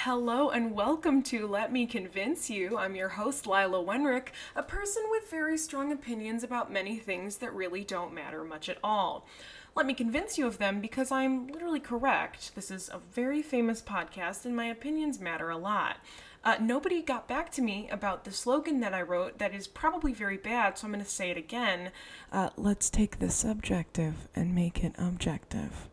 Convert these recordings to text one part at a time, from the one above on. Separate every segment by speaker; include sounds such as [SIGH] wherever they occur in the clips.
Speaker 1: Hello and welcome to Let Me Convince You. I'm your host, Lila Wenrick, a person with very strong opinions about many things that really don't matter much at all. Let me convince you of them because I'm literally correct. This is a very famous podcast and my opinions matter a lot. Uh, nobody got back to me about the slogan that I wrote that is probably very bad, so I'm going to say it again. Uh, let's take the subjective and make it objective.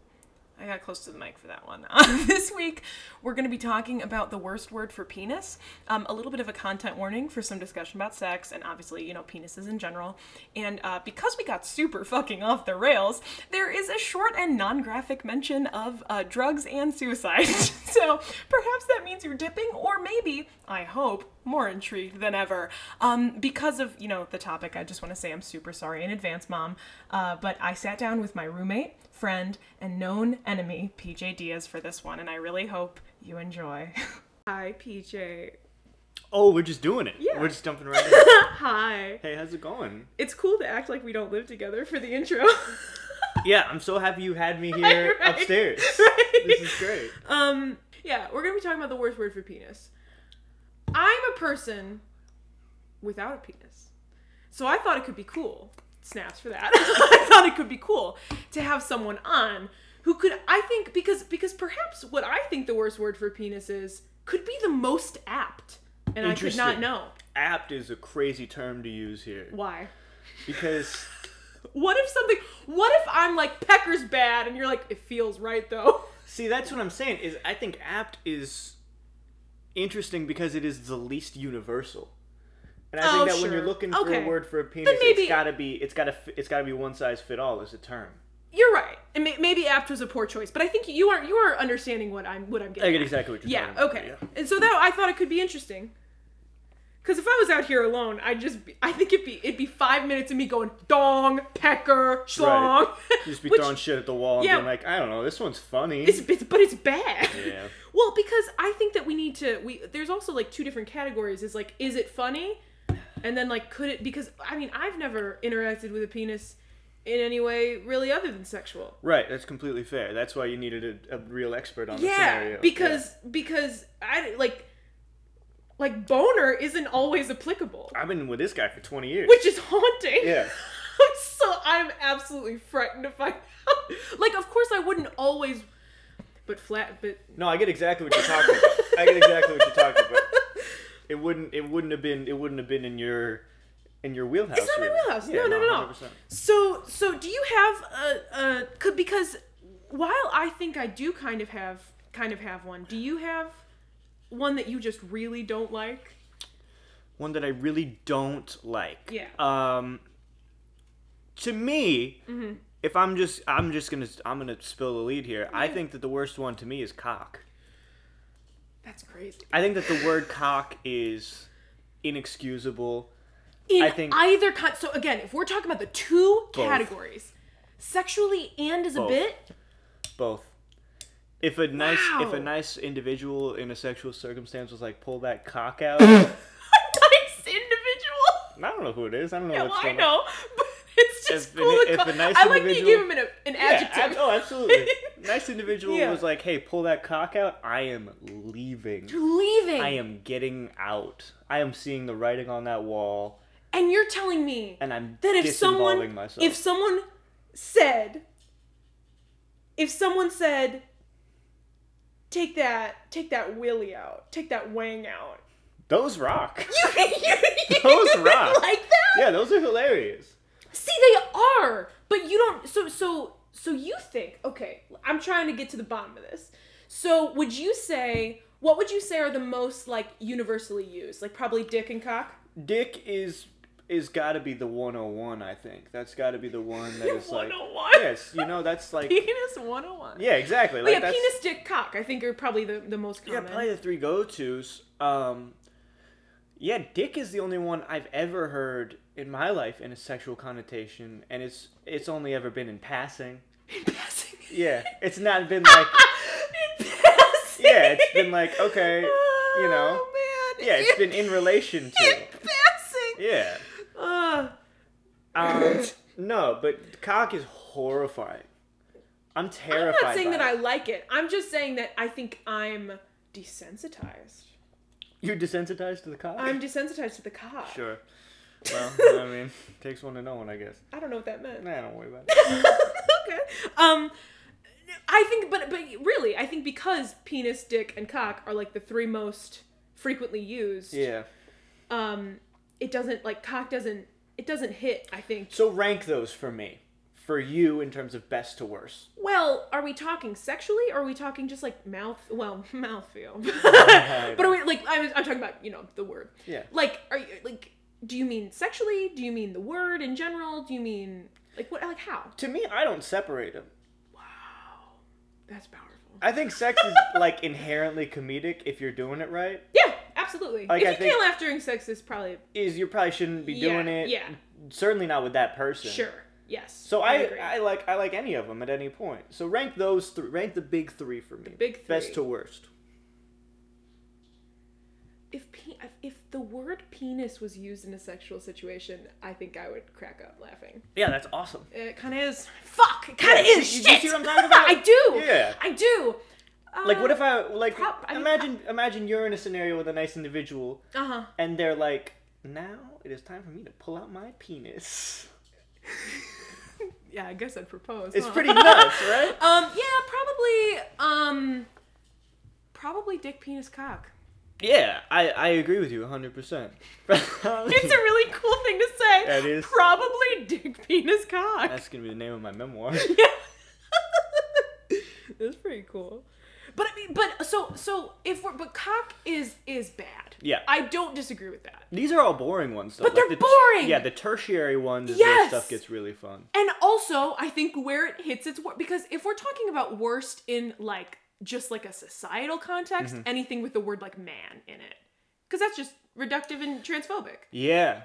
Speaker 1: I got close to the mic for that one. [LAUGHS] Um, this week, we're going to be talking about the worst word for penis, um, a little bit of a content warning for some discussion about sex, and obviously, you know, penises in general. And uh, because we got super fucking off the rails, there is a short and non graphic mention of uh, drugs and suicide. [LAUGHS] so perhaps that means you're dipping, or maybe, I hope, more intrigued than ever um, because of you know the topic i just want to say i'm super sorry in advance mom uh, but i sat down with my roommate friend and known enemy pj diaz for this one and i really hope you enjoy [LAUGHS] hi pj
Speaker 2: Oh, we're just doing it.
Speaker 1: Yeah.
Speaker 2: We're just jumping right in.
Speaker 1: hi
Speaker 2: hey, how's it going?
Speaker 1: it's cool to act like we don't live together for the intro [LAUGHS]
Speaker 2: Yeah, I'm so happy you had
Speaker 3: [LAUGHS]
Speaker 2: me here
Speaker 1: Right.
Speaker 2: upstairs.
Speaker 1: Right.
Speaker 2: This is great.
Speaker 1: um
Speaker 3: Yeah, we're gonna be talking about the worst word for penis. I'm a person without a penis. So I thought it could be cool. Snaps for that. [LAUGHS] I thought it could be cool to have someone on who could I think because because perhaps what I think the worst word for penis is could be the most apt. And I could not
Speaker 2: Interesting.
Speaker 3: know.
Speaker 2: Apt is a crazy term to use here
Speaker 3: Why?
Speaker 2: because
Speaker 3: What if something what if I'm like pecker's bad and you're like, it feels right though? [LAUGHS]
Speaker 2: see, that's what I'm saying is I think apt is interesting because it is the least universal. And I
Speaker 3: Oh,
Speaker 2: think that when you're
Speaker 3: sure.
Speaker 2: looking for a
Speaker 3: Okay.
Speaker 2: word for a penis,
Speaker 3: maybe-
Speaker 2: it's gotta be it's gotta fi- it's gotta be one size fit all as a term.
Speaker 3: You're right. And may- maybe apt was a poor choice, but I think you are you are understanding what I'm what I'm getting.
Speaker 2: I get
Speaker 3: at.
Speaker 2: exactly what you're
Speaker 3: Yeah.
Speaker 2: talking about.
Speaker 3: Okay. And so that I thought it could be interesting. Cause if I was out here alone, I'd just be, I think it'd be it'd be five minutes of me going dong pecker schlong.
Speaker 2: Just
Speaker 3: [LAUGHS]
Speaker 2: be
Speaker 3: Which-
Speaker 2: throwing shit at the wall and
Speaker 3: Yeah.
Speaker 2: being like, I don't know, this one's funny.
Speaker 3: it's, it's but it's bad.
Speaker 2: Yeah.
Speaker 3: [LAUGHS] Well, because I think that we need to we there's also like two different categories. Is like is it funny, and then like could it because I mean I've never interacted with a penis in any way really other than sexual.
Speaker 2: Right, that's completely fair. That's why you needed a, a real expert on the
Speaker 3: yeah
Speaker 2: scenario.
Speaker 3: because because i like like boner isn't always applicable
Speaker 2: Yeah. I've been with this guy for 20 years.
Speaker 3: which is haunting
Speaker 2: Yeah.
Speaker 3: [LAUGHS] i'm so i'm absolutely frightened to find out [LAUGHS] like of course i wouldn't always but flat but
Speaker 2: No, I get exactly what you're talking about. I get exactly what you're talking
Speaker 3: [LAUGHS]
Speaker 2: about. It wouldn't it wouldn't have been it wouldn't have been in your in your wheelhouse.
Speaker 3: It's not my
Speaker 2: really.
Speaker 3: wheelhouse.
Speaker 2: Yeah,
Speaker 3: no, no, no, no.
Speaker 2: 100%.
Speaker 3: So, so do you have a, a could because while I think I do kind of have kind of have one. Do you have one that you just really don't like?
Speaker 2: One that I really don't like.
Speaker 3: Yeah.
Speaker 2: Um to me,
Speaker 3: Mm-hmm.
Speaker 2: if I'm just I'm just going to I'm going to spill the lead here. I think that the worst one to me is cock.
Speaker 3: That's crazy.
Speaker 2: I think that the word cock is inexcusable.
Speaker 3: in
Speaker 2: I think-
Speaker 3: either con- so again if we're talking about the two
Speaker 2: Both.
Speaker 3: categories sexually and as
Speaker 2: Both.
Speaker 3: a bit [LAUGHS]
Speaker 2: Both. If a nice if a
Speaker 3: Wow.
Speaker 2: nice individual in a sexual circumstance was like pull that
Speaker 3: [COUGHS]
Speaker 2: cock out, I
Speaker 3: nice individual
Speaker 2: don't know who it is. I don't know
Speaker 3: well,
Speaker 2: what's
Speaker 3: i
Speaker 2: going on.
Speaker 3: know but it's just
Speaker 2: If an-
Speaker 3: cool to
Speaker 2: if
Speaker 3: call-
Speaker 2: a nice
Speaker 3: i like that you gave
Speaker 2: individual-
Speaker 3: him an, an
Speaker 2: Yeah,
Speaker 3: adjective
Speaker 2: ab- oh,
Speaker 3: [LAUGHS]
Speaker 2: absolutely. nice individual
Speaker 3: Yeah.
Speaker 2: was like, "Hey, pull that cock out. I am leaving.
Speaker 3: leaving
Speaker 2: I am getting out. I am seeing the writing on that wall,
Speaker 3: and you're telling me
Speaker 2: and I'm
Speaker 3: that if
Speaker 2: disinvolving
Speaker 3: someone
Speaker 2: myself."
Speaker 3: if someone said if someone said take that take that willy out take that wang out [LAUGHS]
Speaker 2: those rock.
Speaker 3: you, you, [LAUGHS] you
Speaker 2: Those
Speaker 3: would
Speaker 2: rock.
Speaker 3: like that
Speaker 2: [LAUGHS] yeah, those are hilarious.
Speaker 3: See, they are, but you don't. So, so, so you think? Okay, I'm trying to get to the bottom of this. So, would you say what would you say are the most like universally used? Like probably dick and cock.
Speaker 2: Dick is is got to be the 101. I think that's got to be the one that
Speaker 3: [LAUGHS]
Speaker 2: is like
Speaker 3: 101?
Speaker 2: yes, you know that's like
Speaker 3: Penis 101.
Speaker 2: yeah, exactly.
Speaker 3: But
Speaker 2: Like
Speaker 3: Oh, yeah,
Speaker 2: that's,
Speaker 3: penis, dick, cock. I think are probably the the most
Speaker 2: Yeah,
Speaker 3: common.
Speaker 2: probably the three go tos. Um, yeah, dick is the only one I've ever heard in my life in a sexual connotation, and it's it's only ever been in passing.
Speaker 3: [LAUGHS] Passing. [LAUGHS]
Speaker 2: Yeah, [LAUGHS] it's not been like
Speaker 3: Passing.
Speaker 2: yeah, it's been like okay, you know,
Speaker 3: Oh man.
Speaker 2: yeah, it's
Speaker 3: [LAUGHS]
Speaker 2: been in relation to.
Speaker 3: passing.
Speaker 2: Yeah,
Speaker 3: Uh,
Speaker 2: um, no, but cock is horrifying. I'm terrified.
Speaker 3: I'm not saying
Speaker 2: by
Speaker 3: that
Speaker 2: it.
Speaker 3: I like it. I'm just saying that I think I'm desensitized.
Speaker 2: You're desensitized to the cock?
Speaker 3: I'm desensitized to the cock.
Speaker 2: Sure.
Speaker 3: [LAUGHS]
Speaker 2: Well, I mean, takes one to know one, I guess.
Speaker 3: I don't know what that meant.
Speaker 2: Nah, don't worry about it.
Speaker 3: [LAUGHS] okay. Um, I think, but but really, I think because penis, dick, and cock are like the three most frequently used.
Speaker 2: Yeah.
Speaker 3: Um, it doesn't like cock doesn't it doesn't hit. I think.
Speaker 2: So rank those for me. For you, in terms of best to worst.
Speaker 3: Well, are we talking sexually, or are we talking just like mouth? Well, [LAUGHS]
Speaker 2: [LAUGHS]
Speaker 3: mouthfeel.
Speaker 2: Right.
Speaker 3: but are we like I'm, I'm talking about you know the word.
Speaker 2: Yeah.
Speaker 3: Like, are you like? Do you mean sexually? Do you mean the word in general? Do you mean like what? Like how?
Speaker 2: To me, I don't separate them.
Speaker 3: Wow, that's powerful.
Speaker 2: I think sex
Speaker 3: [LAUGHS]
Speaker 2: is like inherently comedic if you're doing it right.
Speaker 3: Yeah, absolutely.
Speaker 2: Like,
Speaker 3: if
Speaker 2: I
Speaker 3: you
Speaker 2: think-
Speaker 3: can't laugh during sex, it's probably
Speaker 2: Is you probably shouldn't be doing
Speaker 3: Yeah,
Speaker 2: it.
Speaker 3: yeah.
Speaker 2: Certainly not with that person.
Speaker 3: sure. Yes.
Speaker 2: So I,
Speaker 3: agree.
Speaker 2: I, like I like any of them at any point. So rank those three. Rank the big three for me.
Speaker 3: big
Speaker 2: Best
Speaker 3: three.
Speaker 2: to worst.
Speaker 3: if pe- if the word penis was used in a sexual situation, I think I would crack up laughing.
Speaker 2: Yeah, that's awesome.
Speaker 3: It kind of is. Fuck. It kind of
Speaker 2: Yeah,
Speaker 3: is.
Speaker 2: you- you
Speaker 3: Shit.
Speaker 2: see what I'm talking
Speaker 3: [LAUGHS]
Speaker 2: about?
Speaker 3: I do.
Speaker 2: Yeah.
Speaker 3: I do. Uh,
Speaker 2: Like, what if I like
Speaker 3: prop- I mean,
Speaker 2: imagine imagine you're in a scenario with a nice individual,
Speaker 3: Uh huh.
Speaker 2: and they're like, "Now it is time for me to pull out my penis."
Speaker 3: [LAUGHS] Yeah, I guess I'd propose.
Speaker 2: It's
Speaker 3: huh? [LAUGHS]
Speaker 2: pretty nuts, right?
Speaker 3: Um. Yeah. Probably. Um. Probably dick, penis, cock.
Speaker 2: Yeah, I, I agree with you 100. percent
Speaker 3: [LAUGHS] It's a really cool thing to say.
Speaker 2: That is.
Speaker 3: Probably dick, penis, cock.
Speaker 2: [LAUGHS] [LAUGHS] That's gonna be the name of
Speaker 3: [LAUGHS]
Speaker 2: my memoir.
Speaker 3: Yeah. [LAUGHS] That's pretty cool. But I mean, but so so if we're but cock is is bad.
Speaker 2: Yeah.
Speaker 3: I don't disagree with that.
Speaker 2: These are all boring ones, though.
Speaker 3: But they're
Speaker 2: the,
Speaker 3: boring!
Speaker 2: Yeah, the tertiary ones is where
Speaker 3: Yes!
Speaker 2: stuff gets really fun.
Speaker 3: And also, I think where it hits its worst because if we're talking about worst in like just like a societal context,
Speaker 2: Mm-hmm.
Speaker 3: anything with the word like man in it, because that's just reductive and transphobic.
Speaker 2: Yeah,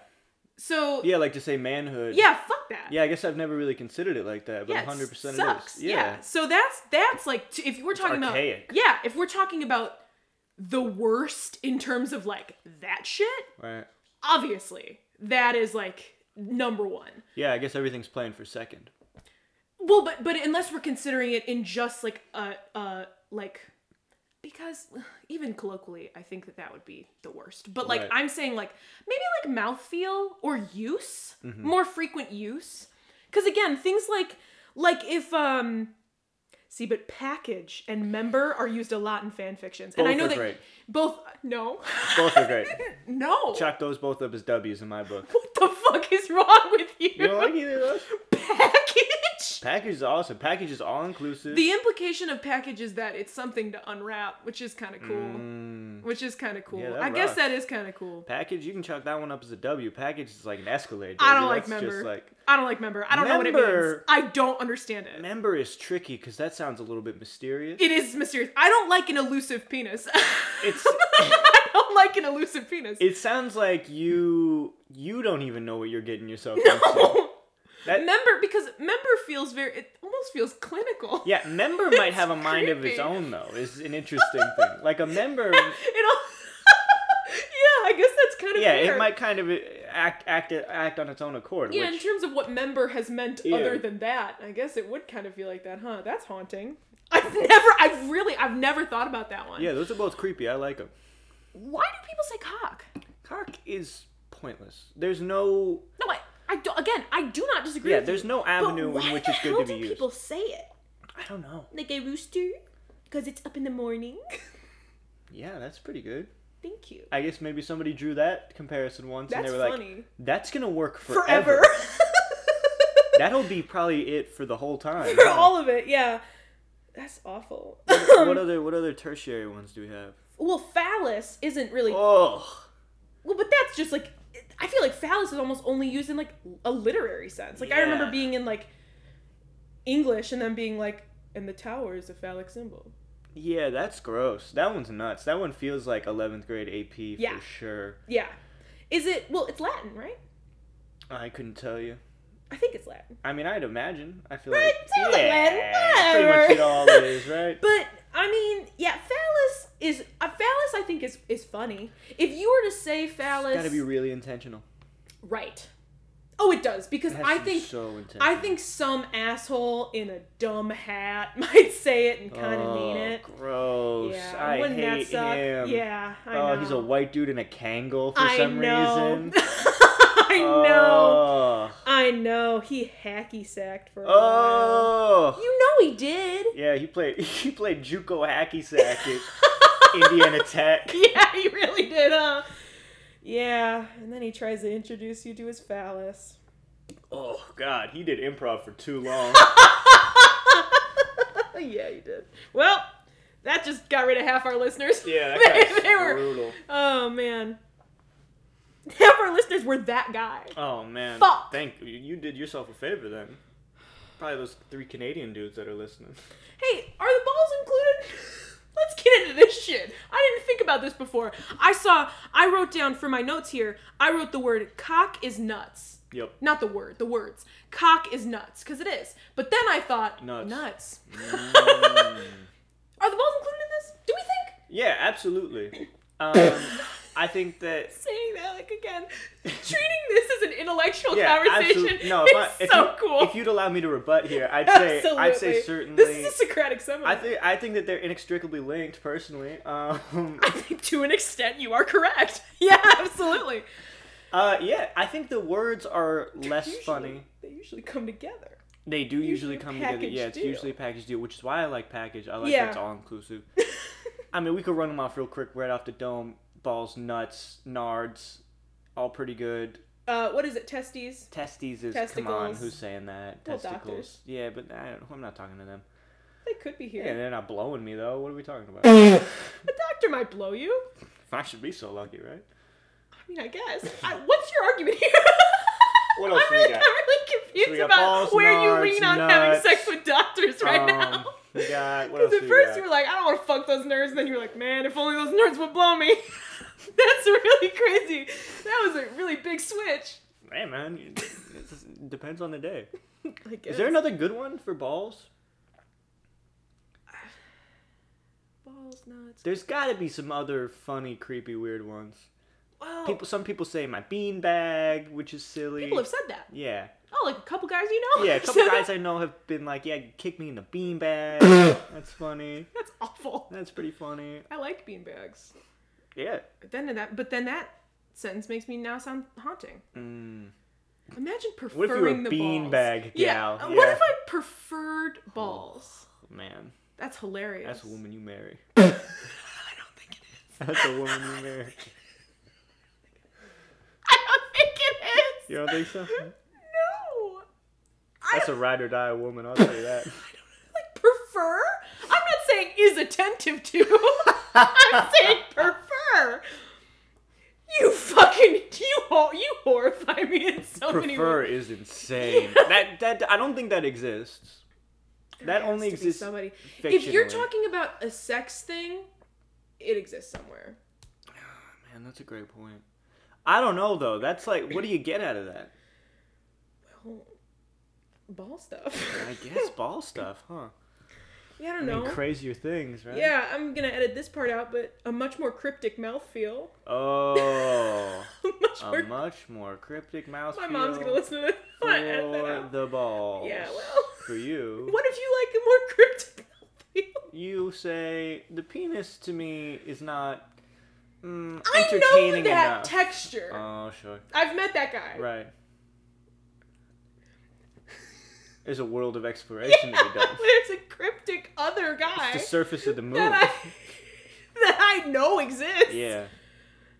Speaker 3: So yeah,
Speaker 2: yeah, like to say manhood.
Speaker 3: fuck that.
Speaker 2: Yeah, I guess I've never really considered it like that, but
Speaker 3: Yeah, it
Speaker 2: 100% it is.
Speaker 3: sucks.
Speaker 2: Yeah.
Speaker 3: So that's that's like t- if we're talking
Speaker 2: archaic.
Speaker 3: about yeah, if we're talking about the worst in terms of like that shit,
Speaker 2: Right.
Speaker 3: obviously that is like number one.
Speaker 2: Yeah, I guess everything's playing for second.
Speaker 3: Well, but but unless we're considering it in just like a uh like because [SIGHS] even colloquially, I think that that would be the worst. But like
Speaker 2: Right.
Speaker 3: I'm saying like maybe like mouthfeel or use,
Speaker 2: Mm-hmm.
Speaker 3: more frequent use. Cuz again, things like like if um see but package and member are used a lot in fan fictions. and I
Speaker 2: Both
Speaker 3: know
Speaker 2: are
Speaker 3: that
Speaker 2: great.
Speaker 3: both no. [LAUGHS]
Speaker 2: Both are great. [LAUGHS]
Speaker 3: no.
Speaker 2: Chalk those both up as W's in my book.
Speaker 3: what the fuck is wrong with you?
Speaker 2: You don't like either of
Speaker 3: [LAUGHS]
Speaker 2: those?
Speaker 3: package.
Speaker 2: Package is awesome. Package is all inclusive.
Speaker 3: The implication of package is that it's something to unwrap, which is kind of cool.
Speaker 2: Mm,
Speaker 3: Which is kind of cool.
Speaker 2: Yeah, that
Speaker 3: I guess
Speaker 2: rocks.
Speaker 3: that is kind of cool.
Speaker 2: package, you can chalk that one up as a W. Package is like an escalade.
Speaker 3: I
Speaker 2: baby.
Speaker 3: don't like
Speaker 2: That's
Speaker 3: member.
Speaker 2: Just like,
Speaker 3: I don't like member. I don't know what it means.
Speaker 2: Member-
Speaker 3: I don't understand it.
Speaker 2: member is tricky because that sounds a little bit mysterious.
Speaker 3: It is mysterious. I don't like an elusive penis. [LAUGHS]
Speaker 2: It's-
Speaker 3: I don't like an elusive penis. [LAUGHS]
Speaker 2: It sounds like you you don't even know what you're getting yourself into.
Speaker 3: no.
Speaker 2: That-
Speaker 3: member because member feels very. It almost feels clinical.
Speaker 2: Yeah, member might have a mind of his
Speaker 3: creepy.
Speaker 2: own though. Is an interesting thing. Like a member,
Speaker 3: [LAUGHS] It all. [LAUGHS] yeah, I guess that's kind of
Speaker 2: yeah,
Speaker 3: fair.
Speaker 2: it might kind of uh, act act act on its own accord.
Speaker 3: Yeah, in
Speaker 2: which,
Speaker 3: terms of what member has meant
Speaker 2: Yeah.
Speaker 3: other than that, I guess it would kind of feel like that, huh? That's haunting. [LAUGHS] I've never, I've really, I've never thought about that one.
Speaker 2: yeah, those are both creepy. I like them.
Speaker 3: Why do people say cock?
Speaker 2: Cock is pointless. There's no
Speaker 3: No, I, I do, again, I do not disagree.
Speaker 2: Yeah,
Speaker 3: with
Speaker 2: there's
Speaker 3: you,
Speaker 2: no
Speaker 3: but
Speaker 2: avenue in
Speaker 3: why
Speaker 2: which
Speaker 3: the
Speaker 2: it's good
Speaker 3: hell
Speaker 2: to be
Speaker 3: do People say it
Speaker 2: I don't know.
Speaker 3: like a rooster because it's up in the
Speaker 2: [LAUGHS]
Speaker 3: morning.
Speaker 2: Yeah, that's pretty good.
Speaker 3: Thank you.
Speaker 2: I guess maybe somebody drew that comparison once and
Speaker 3: That's
Speaker 2: they were like,
Speaker 3: funny.
Speaker 2: "That's gonna work forever. [LAUGHS]
Speaker 3: Forever.
Speaker 2: That'll be probably it for the whole time."
Speaker 3: For
Speaker 2: huh?
Speaker 3: all of it, yeah. That's
Speaker 2: [LAUGHS]
Speaker 3: awful.
Speaker 2: what other what other tertiary ones do we have?
Speaker 3: well, phallus isn't really
Speaker 2: Oh,
Speaker 3: Well, but that's just like I feel like phallus is almost only used in like a literary sense. Like I remember
Speaker 2: Yeah.
Speaker 3: being in like English and then being like, and the tower is a phallic symbol.
Speaker 2: yeah, that's gross. That one's nuts. That one feels like 11th grade AP
Speaker 3: Yeah.
Speaker 2: for sure.
Speaker 3: Yeah. Is it well? It's Latin, right?
Speaker 2: I couldn't tell you.
Speaker 3: I think it's Latin.
Speaker 2: I mean, I'd imagine. I feel
Speaker 3: Right,
Speaker 2: like
Speaker 3: sounds like Latin,
Speaker 2: that's pretty much it
Speaker 3: whatever.
Speaker 2: all it is, right?
Speaker 3: [LAUGHS] But I mean, yeah, phallus is a phallus. I think is is funny. If you were to say phallus,
Speaker 2: Got to be really intentional.
Speaker 3: right. Oh, it does because
Speaker 2: It has
Speaker 3: I
Speaker 2: to be
Speaker 3: think
Speaker 2: so intense.
Speaker 3: I think some asshole in a dumb hat [LAUGHS] might say it and kind of mean it.
Speaker 2: Oh, Gross.
Speaker 3: Yeah,
Speaker 2: I
Speaker 3: wouldn't that
Speaker 2: hate
Speaker 3: suck?
Speaker 2: him.
Speaker 3: Yeah, I
Speaker 2: oh,
Speaker 3: know.
Speaker 2: he's a white dude in a Kangol for
Speaker 3: I
Speaker 2: some
Speaker 3: know.
Speaker 2: reason.
Speaker 3: [LAUGHS] I know.
Speaker 2: Oh.
Speaker 3: I know. He hacky sacked for a while.
Speaker 2: Oh.
Speaker 3: You know he did.
Speaker 2: Yeah, he played [LAUGHS] he played JUCO hacky sack at Indiana
Speaker 3: [LAUGHS]
Speaker 2: Tech.
Speaker 3: Yeah, he really did, huh? Yeah, and then he tries to introduce you to his phallus. [LAUGHS]
Speaker 2: Oh God, he did improv for too long.
Speaker 3: yeah, he did. Well, that just got rid of half our listeners.
Speaker 2: Yeah,
Speaker 3: [LAUGHS] They-
Speaker 2: that guy's
Speaker 3: they were-
Speaker 2: brutal.
Speaker 3: Oh man, [LAUGHS] half our listeners were that guy.
Speaker 2: Oh man.
Speaker 3: Fuck.
Speaker 2: Thank you. You did yourself a favor then. Probably those three Canadian dudes that are listening.
Speaker 3: Hey, are the balls included? Let's get into this shit. I didn't think about this before. I saw. I wrote down for my notes here. I wrote the word "cock is nuts."
Speaker 2: Yep.
Speaker 3: Not the word, the words. Cock is nuts, because it is. But then I thought,
Speaker 2: Nuts.
Speaker 3: nuts.
Speaker 2: Mm.
Speaker 3: [LAUGHS] Are the balls included in this? Do we think?
Speaker 2: Yeah, absolutely.
Speaker 3: [LAUGHS]
Speaker 2: Um, I think that
Speaker 3: Saying that like again, treating this as an intellectual
Speaker 2: yeah,
Speaker 3: conversation
Speaker 2: absolutely. No,
Speaker 3: is
Speaker 2: if, I, if,
Speaker 3: so
Speaker 2: you,
Speaker 3: cool.
Speaker 2: if you'd allow me to rebut here, I'd say I'd say
Speaker 3: Absolutely.
Speaker 2: certainly.
Speaker 3: This is a Socratic seminar.
Speaker 2: I think I think that they're inextricably linked. Personally,
Speaker 3: [LAUGHS]
Speaker 2: um,
Speaker 3: I think to an extent you are correct. [LAUGHS] Yeah, absolutely.
Speaker 2: uh, yeah, I think the words are less
Speaker 3: Usually-
Speaker 2: funny.
Speaker 3: They usually come together. [LAUGHS]
Speaker 2: They do usually
Speaker 3: Usually a
Speaker 2: come together.
Speaker 3: package
Speaker 2: Yeah, it's
Speaker 3: deal.
Speaker 2: usually a package deal, which is why I like package. I like
Speaker 3: Yeah.
Speaker 2: that it's all inclusive. I mean, we could run them off real quick, right off the dome. Balls, nuts, nards, all pretty good.
Speaker 3: uh, what is it? Testes.
Speaker 2: Testes is come on,
Speaker 3: Testicles.
Speaker 2: who's saying that?
Speaker 3: Well,
Speaker 2: Testicles.
Speaker 3: doctors.
Speaker 2: Yeah, but I don't, I'm not talking to them.
Speaker 3: They could be here.
Speaker 2: Yeah, they're not blowing me though. What are we talking about?
Speaker 3: The doctor might blow you.
Speaker 2: I should be so lucky, right?
Speaker 3: I mean, I guess. I, what's your argument here?
Speaker 2: [LAUGHS] What else
Speaker 3: I'm
Speaker 2: we
Speaker 3: really,
Speaker 2: got?
Speaker 3: I'm really
Speaker 2: So we
Speaker 3: confused
Speaker 2: got
Speaker 3: about
Speaker 2: balls,
Speaker 3: where
Speaker 2: nards,
Speaker 3: you lean on having
Speaker 2: nuts.
Speaker 3: sex with doctors [LAUGHS] right
Speaker 2: um,
Speaker 3: now.
Speaker 2: we
Speaker 3: [LAUGHS]
Speaker 2: got- what
Speaker 3: Because at
Speaker 2: else we
Speaker 3: first
Speaker 2: got?
Speaker 3: you were like, I don't want to fuck those nerds. And then you were like, man, if only those nerds would blow me. [LAUGHS] That's really crazy. That was a really big switch.
Speaker 2: Hey man,
Speaker 3: [LAUGHS]
Speaker 2: you- it just depends on the day.
Speaker 3: I guess.
Speaker 2: Is there another good one for balls?
Speaker 3: balls nuts?
Speaker 2: There's got to be some other funny, creepy, weird ones.
Speaker 3: Well,
Speaker 2: People, some people say my bean bag, which is silly.
Speaker 3: people have said that.
Speaker 2: yeah,
Speaker 3: Oh, like a couple guys you know. [LAUGHS]
Speaker 2: yeah. A
Speaker 3: have
Speaker 2: couple
Speaker 3: said
Speaker 2: guys
Speaker 3: that.
Speaker 2: I know have been like, "Yeah, kick me in the
Speaker 3: [LAUGHS]
Speaker 2: bean bag." That's funny.
Speaker 3: That's awful.
Speaker 2: That's pretty funny.
Speaker 3: I like beanbags.
Speaker 2: Yeah.
Speaker 3: But then that, but then that sentence makes me now sound haunting.
Speaker 2: Mm.
Speaker 3: Imagine
Speaker 2: you were
Speaker 3: preferring
Speaker 2: a
Speaker 3: the
Speaker 2: beanbag
Speaker 3: balls.
Speaker 2: gal?
Speaker 3: Yeah. uh, What
Speaker 2: Yeah.
Speaker 3: if I preferred balls?
Speaker 2: Man,
Speaker 3: That's hilarious.
Speaker 2: that's a woman you marry.
Speaker 3: [LAUGHS]
Speaker 2: [LAUGHS]
Speaker 3: I don't think it is.
Speaker 2: That's a woman
Speaker 3: [LAUGHS]
Speaker 2: you marry.
Speaker 3: I don't think it is.
Speaker 2: You don't think so?
Speaker 3: [LAUGHS] No. I,
Speaker 2: That's a ride or die woman. I'll tell you
Speaker 3: [LAUGHS] I
Speaker 2: that.
Speaker 3: don't like prefer. I'm not saying is attentive to. [LAUGHS] I'm saying prefer. You fucking you hor- you horrify me in so many
Speaker 2: Prefer
Speaker 3: ways. [LAUGHS]
Speaker 2: is insane. That that I don't think that exists. that
Speaker 3: There
Speaker 2: only
Speaker 3: has to be
Speaker 2: exists
Speaker 3: somebody. If you're
Speaker 2: fictionally.
Speaker 3: talking about a sex thing, it exists somewhere.
Speaker 2: Man, that's a great point. I don't know though. That's like, what do you get out of that?
Speaker 3: Well, ball stuff. [LAUGHS]
Speaker 2: I guess ball stuff, huh?
Speaker 3: yeah, I don't
Speaker 2: I mean,
Speaker 3: know.
Speaker 2: crazier things, right?
Speaker 3: yeah, I'm gonna edit this part out, but a much more cryptic mouthfeel.
Speaker 2: Oh,
Speaker 3: [LAUGHS] much more.
Speaker 2: a much more cryptic mouth.
Speaker 3: My mom's gonna listen to this. I wanna edit that
Speaker 2: for
Speaker 3: out.
Speaker 2: the balls.
Speaker 3: Yeah, well.
Speaker 2: For you,
Speaker 3: [LAUGHS] What if you like a more cryptic mouthfeel?
Speaker 2: you say the penis to me is not mm,
Speaker 3: I know
Speaker 2: entertaining
Speaker 3: that
Speaker 2: enough.
Speaker 3: texture.
Speaker 2: oh, sure.
Speaker 3: I've met that guy. [LAUGHS]
Speaker 2: Right. There's a world of exploration to be done.
Speaker 3: [LAUGHS] There's a cryptic other guy
Speaker 2: It's the surface of the moon.
Speaker 3: that I that I [LAUGHS] know exists.
Speaker 2: Yeah.